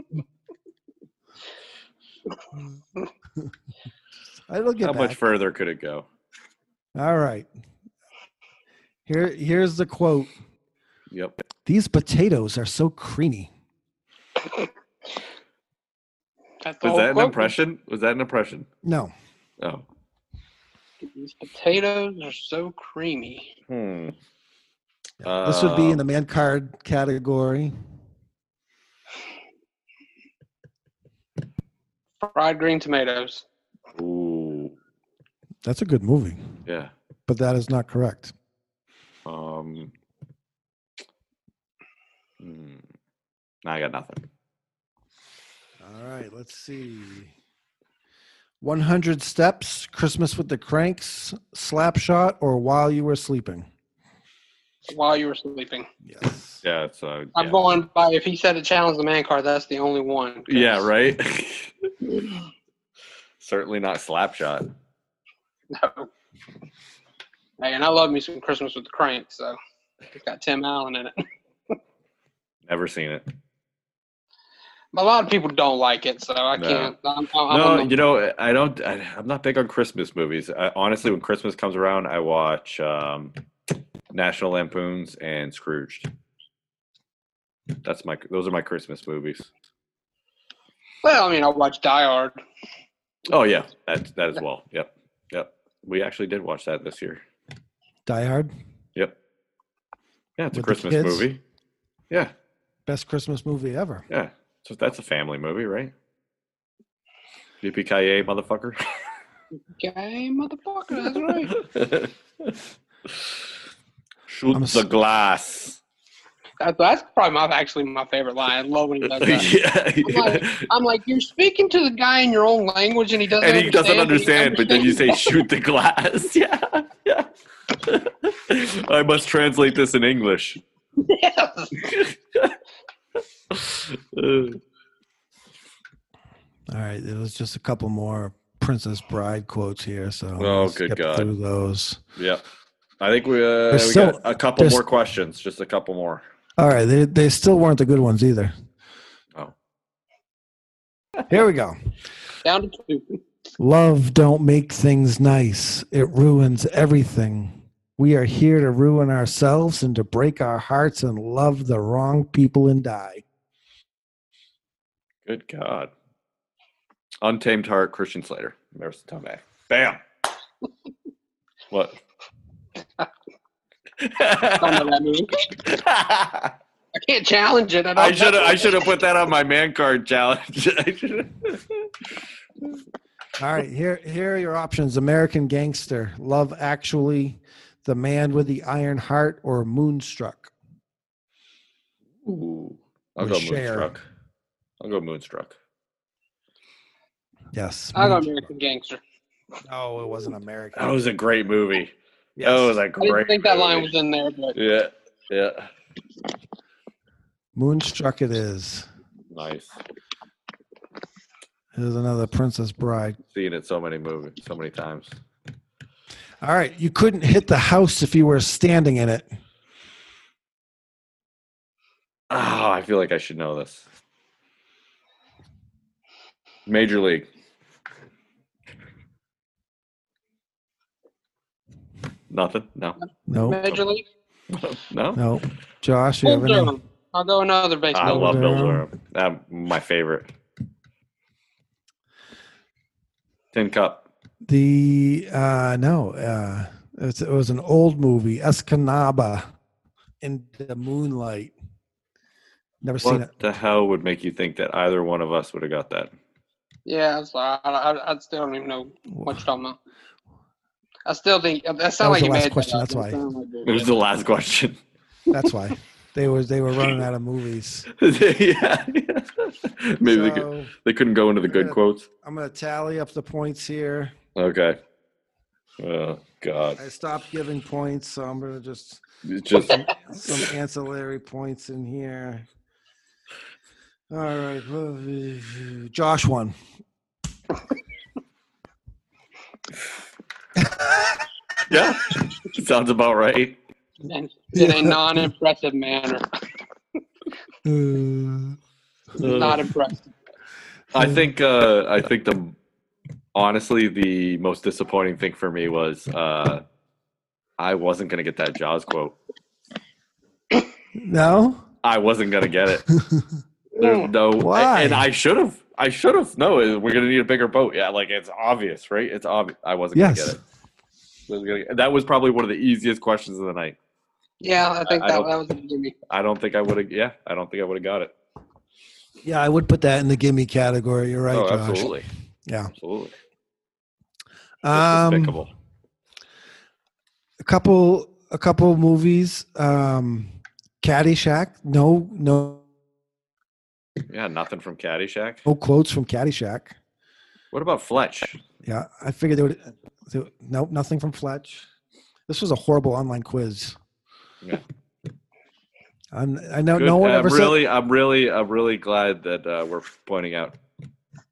Speaker 4: I don't get
Speaker 3: How much
Speaker 4: back.
Speaker 3: further could it go?
Speaker 4: All right. Here, here's the quote.
Speaker 3: Yep.
Speaker 4: These potatoes are so creamy.
Speaker 5: that's the
Speaker 3: Was
Speaker 4: Oh,
Speaker 5: whole
Speaker 3: that an
Speaker 5: quote.
Speaker 3: impression? Was that an impression?
Speaker 4: No,
Speaker 3: Oh.
Speaker 5: These potatoes are so creamy.
Speaker 3: Hmm.
Speaker 4: this would be in
Speaker 3: Um,
Speaker 4: the man card category.
Speaker 5: Fried green tomatoes.
Speaker 3: Ooh.
Speaker 4: That's a good movie,
Speaker 3: Yeah.
Speaker 4: but that is not correct.
Speaker 3: Um. Hmm. No, I got nothing.
Speaker 4: All right, let's see. 100 Steps, Christmas with the Cranks, Slapshot, or While You Were Sleeping.
Speaker 5: While you were sleeping.
Speaker 4: Yes.
Speaker 3: Yeah. So.
Speaker 5: I'm
Speaker 3: Yeah.
Speaker 5: going by if he said a challenge the man card, that's the only one. 'cause- [laughs]
Speaker 3: Yeah. Right. [laughs] Certainly not Slapshot.
Speaker 5: No. Hey, and I love me some Christmas with the Crank, so it's got Tim Allen in it. [laughs]
Speaker 3: Never seen it.
Speaker 5: A lot of people don't like it, so I
Speaker 3: No.
Speaker 5: can't. I'm, I'm,
Speaker 3: no,
Speaker 5: I'm,
Speaker 3: you know, I don't. I, I'm not big on Christmas movies. I, honestly, when Christmas comes around, I watch um, National Lampoons and Scrooged. That's my. Those are my Christmas movies.
Speaker 5: well, I mean, I watch Die Hard.
Speaker 3: Oh yeah, that that as well. Yep, yep. We actually did watch that this year.
Speaker 4: Die Hard,
Speaker 3: Yep. Yeah, it's a
Speaker 4: With the
Speaker 3: Christmas
Speaker 4: kids?
Speaker 3: movie. Yeah,
Speaker 4: best Christmas movie ever.
Speaker 3: yeah. So that's a family movie, right? Yippee motherfucker. [laughs]
Speaker 5: Okay, motherfucker, that's right.
Speaker 3: Shoot
Speaker 4: I'm
Speaker 3: the
Speaker 4: s-
Speaker 3: glass.
Speaker 5: That's, that's probably my actually my favorite line. I love when he does that.
Speaker 3: [laughs] yeah,
Speaker 5: like-
Speaker 3: yeah.
Speaker 5: I'm like, you're speaking to the guy in your own language, and he doesn't.
Speaker 3: and he doesn't understand,
Speaker 5: understand it.
Speaker 3: but then you say shoot the glass. [laughs] Yeah. yeah. I must translate this in English.
Speaker 5: Yes. [laughs]
Speaker 3: Uh,
Speaker 4: All right, it was just a couple more Princess Bride quotes here, so I'm
Speaker 3: Oh,
Speaker 4: gonna
Speaker 3: good
Speaker 4: skip
Speaker 3: God.
Speaker 4: through those.
Speaker 3: yeah. I think we, uh, we
Speaker 4: There's still-
Speaker 3: got a couple
Speaker 4: there's-
Speaker 3: more questions. Just a couple more.
Speaker 4: All right, they they still weren't the good ones either.
Speaker 3: Oh.
Speaker 4: Here we go.
Speaker 5: Down to two.
Speaker 4: Love don't make things nice. It ruins everything. We are here to ruin ourselves and to break our hearts and love the wrong people and die.
Speaker 3: Good God. Untamed Heart, Christian Slater, Marissa Tomei.
Speaker 5: [laughs]
Speaker 3: Bam. what?
Speaker 5: I don't know that movie.
Speaker 3: I
Speaker 5: I can't challenge it. I
Speaker 3: should have. I should have put that on my man card challenge. [laughs] I shoulda-
Speaker 4: All right, here here are your options: American Gangster, Love Actually, The Man with the Iron Heart, or Moonstruck.
Speaker 3: Ooh. I'll
Speaker 4: Or
Speaker 3: go
Speaker 4: share.
Speaker 3: Moonstruck. I'll go Moonstruck.
Speaker 4: Yes.
Speaker 5: I go
Speaker 4: Moonstruck.
Speaker 5: American Gangster.
Speaker 4: No, it wasn't
Speaker 3: That
Speaker 4: American.
Speaker 3: was a great movie.
Speaker 4: Yes.
Speaker 3: That was a
Speaker 5: I didn't
Speaker 3: great.
Speaker 5: think that line
Speaker 3: movie.
Speaker 5: was in there, but
Speaker 3: Yeah. Yeah.
Speaker 4: Moonstruck. It is.
Speaker 3: Nice.
Speaker 4: Here's another Princess Bride.
Speaker 3: Seen it so many movies, so many times.
Speaker 4: All right, you couldn't hit the house if you were standing in it.
Speaker 3: Oh, I feel like I should know this. Major League. Nothing? No. [laughs]
Speaker 4: No,
Speaker 5: Major League.
Speaker 3: No?
Speaker 4: no. Josh, Oh, you
Speaker 5: Full
Speaker 4: have any?
Speaker 5: Durham. I'll go another
Speaker 3: I
Speaker 5: baseball.
Speaker 4: Bill
Speaker 3: love Bill
Speaker 4: Durham.
Speaker 3: Durham. Um, my favorite. Tin Cup.
Speaker 4: The uh, no, uh, it's, it was an old movie, Escanaba, in the moonlight. Never seen it.
Speaker 3: What the hell would make you think that either one of us would have got that?
Speaker 5: yeah, that's, I, I, I still don't even know what you're talking about. I still think that sounds
Speaker 4: was
Speaker 5: like
Speaker 4: the
Speaker 5: you
Speaker 4: last
Speaker 5: made
Speaker 4: question,
Speaker 5: That up.
Speaker 4: that's why.
Speaker 5: It sound like it.
Speaker 3: It was the last question. [laughs]
Speaker 4: That's why they was they were running out of movies.
Speaker 3: yeah. [laughs] Maybe they, could,
Speaker 4: So,
Speaker 3: they couldn't go into the good
Speaker 4: Yeah.
Speaker 3: quotes.
Speaker 4: I'm gonna tally up the points here.
Speaker 3: Okay. Oh, God.
Speaker 4: I stopped giving points, so I'm gonna just
Speaker 3: It's
Speaker 4: [laughs]
Speaker 3: just.
Speaker 4: some ancillary points in here. All right, Josh won.
Speaker 3: Yeah, sounds about right. [laughs]
Speaker 5: And in a non-impressive manner. Not impressive.
Speaker 3: I think uh, I think the honestly the most disappointing thing for me was uh, I wasn't gonna get that Jaws quote.
Speaker 4: No,
Speaker 3: I wasn't gonna get it. There's no
Speaker 4: Why?
Speaker 3: and I should have. I should have. No, we're gonna need a bigger boat. Yeah, like it's obvious, right? It's obvious. I wasn't
Speaker 4: Yes.
Speaker 3: gonna get it. Wasn't gonna get- That was probably one of the easiest questions of the night.
Speaker 5: Yeah, I think
Speaker 3: I- I
Speaker 5: that,
Speaker 3: don't-
Speaker 5: that was a gimme.
Speaker 3: I don't think I would have. Yeah, I don't think I would have got it.
Speaker 4: yeah, I would put that in the gimme category. You're right,
Speaker 3: oh,
Speaker 4: Josh.
Speaker 3: absolutely,
Speaker 4: Yeah.
Speaker 3: absolutely. That's
Speaker 4: Um,
Speaker 3: despicable.
Speaker 4: a couple, a couple movies. Um, Caddyshack. No, no,
Speaker 3: Yeah, nothing from Caddyshack.
Speaker 4: no quotes from Caddyshack.
Speaker 3: What about Fletch?
Speaker 4: Yeah, I figured they would. They, would- nope, nothing from Fletch. This was a horrible online quiz.
Speaker 3: Yeah.
Speaker 4: I'm, I know
Speaker 3: Good-
Speaker 4: no one
Speaker 3: I'm
Speaker 4: ever said
Speaker 3: really, [laughs] I'm really, I'm really glad that uh, we're pointing out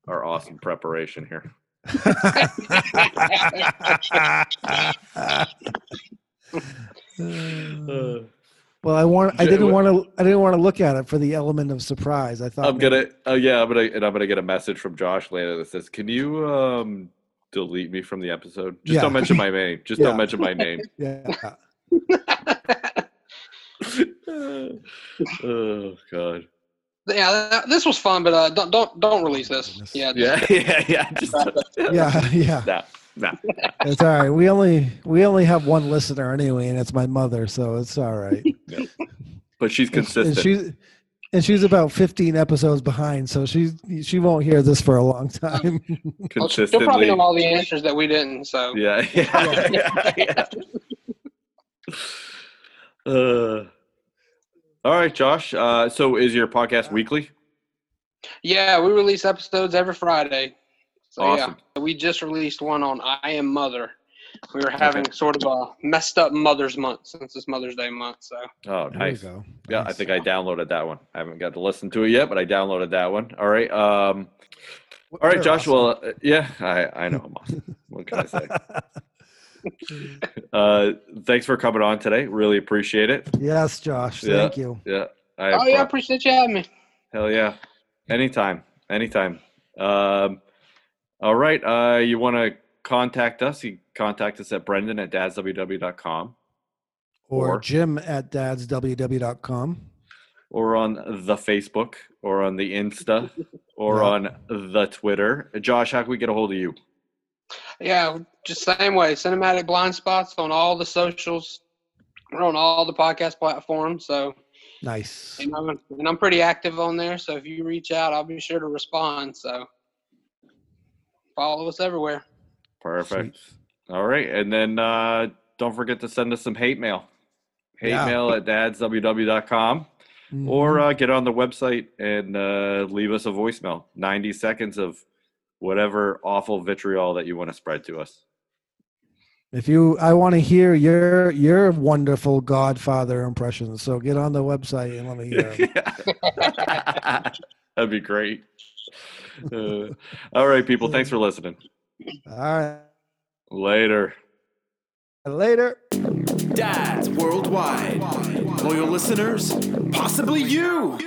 Speaker 3: our awesome preparation here.
Speaker 4: [laughs] well, I want. I
Speaker 3: J-
Speaker 4: didn't
Speaker 3: wh-
Speaker 4: want to. I didn't want to look at it for the element of surprise. I thought
Speaker 3: I'm gonna, oh yeah, I'm gonna, and I'm gonna get a message from Josh later that says, "Can you um, delete me from the episode? Just don't
Speaker 4: Yeah.
Speaker 3: mention my name. Just
Speaker 4: Yeah.
Speaker 3: don't mention my
Speaker 4: [laughs]
Speaker 3: name." [laughs]
Speaker 4: Yeah.
Speaker 3: oh God.
Speaker 5: yeah, that- this was fun, but uh, don't don't don't release this. Yeah, just- [laughs]
Speaker 3: Yeah, [laughs] yeah, yeah. Just,
Speaker 4: Yeah, [laughs] yeah.
Speaker 3: no, no.
Speaker 4: It's all right. We only we only have one listener anyway, and it's my mother, so it's
Speaker 3: [laughs]
Speaker 4: all right.
Speaker 3: But she's consistent.
Speaker 4: And she's and she's about 15 episodes behind, so she's she won't hear this for a long time. [laughs]
Speaker 5: well, she'll
Speaker 3: consistently.
Speaker 5: probably know all the answers that we didn't. So
Speaker 3: yeah, [laughs] yeah, yeah. yeah. Uh, all right, Josh. Uh, so is your podcast weekly?
Speaker 5: yeah, we release episodes every Friday. So
Speaker 3: Awesome.
Speaker 5: yeah, we just released one on I Am Mother. We were having sort of a messed up Mother's Month since it's Mother's Day month. So
Speaker 3: Oh,
Speaker 4: There you
Speaker 3: nice.
Speaker 4: go.
Speaker 3: Yeah, I
Speaker 4: uh, Nice.
Speaker 3: think I downloaded that one. I haven't got to listen to it yet, but I downloaded that one. All right. Um, all right,
Speaker 4: You're
Speaker 3: Josh.
Speaker 4: awesome.
Speaker 3: Well, uh, yeah, I, I know I'm awesome. What can I say? Uh, thanks for coming on today. Really appreciate it.
Speaker 4: [laughs] yes, Josh.
Speaker 3: Yeah.
Speaker 4: Thank you.
Speaker 3: Yeah. I
Speaker 5: oh yeah, I
Speaker 3: appro-
Speaker 5: appreciate you having me.
Speaker 3: Hell yeah. Anytime. Anytime. Um, all right. Uh, you want to contact us? You can contact us at brendan at dadsww.com
Speaker 4: Or,
Speaker 3: Or-
Speaker 4: Jim at dadsww.com.
Speaker 3: or on the Facebook or on the
Speaker 4: [laughs]
Speaker 3: Insta or
Speaker 4: Yeah.
Speaker 3: on the Twitter. Josh, how can we get a hold of you?
Speaker 5: Yeah, just same way. Cinematic blind spots on all the socials. We're on all the podcast platforms. So
Speaker 4: Nice.
Speaker 5: and I'm, and I'm pretty active on there. So if you reach out, I'll be sure to respond. So follow us everywhere.
Speaker 3: Perfect. All right. And then uh, don't forget to send us some hate mail. Hate
Speaker 4: Yeah.
Speaker 3: mail at dadsww.com.
Speaker 4: Mhm.
Speaker 3: or uh, get on the website and uh, leave us a voicemail 90 seconds of whatever awful vitriol that you want to spread to us
Speaker 4: if you, I want to hear your your wonderful Godfather impressions. So get on the website and let me hear.
Speaker 3: [laughs]
Speaker 4: 'em.
Speaker 3: that'd be great Uh, all right people thanks for listening
Speaker 4: All right.
Speaker 3: later
Speaker 4: Later.
Speaker 2: Dads worldwide. Loyal listeners, possibly you.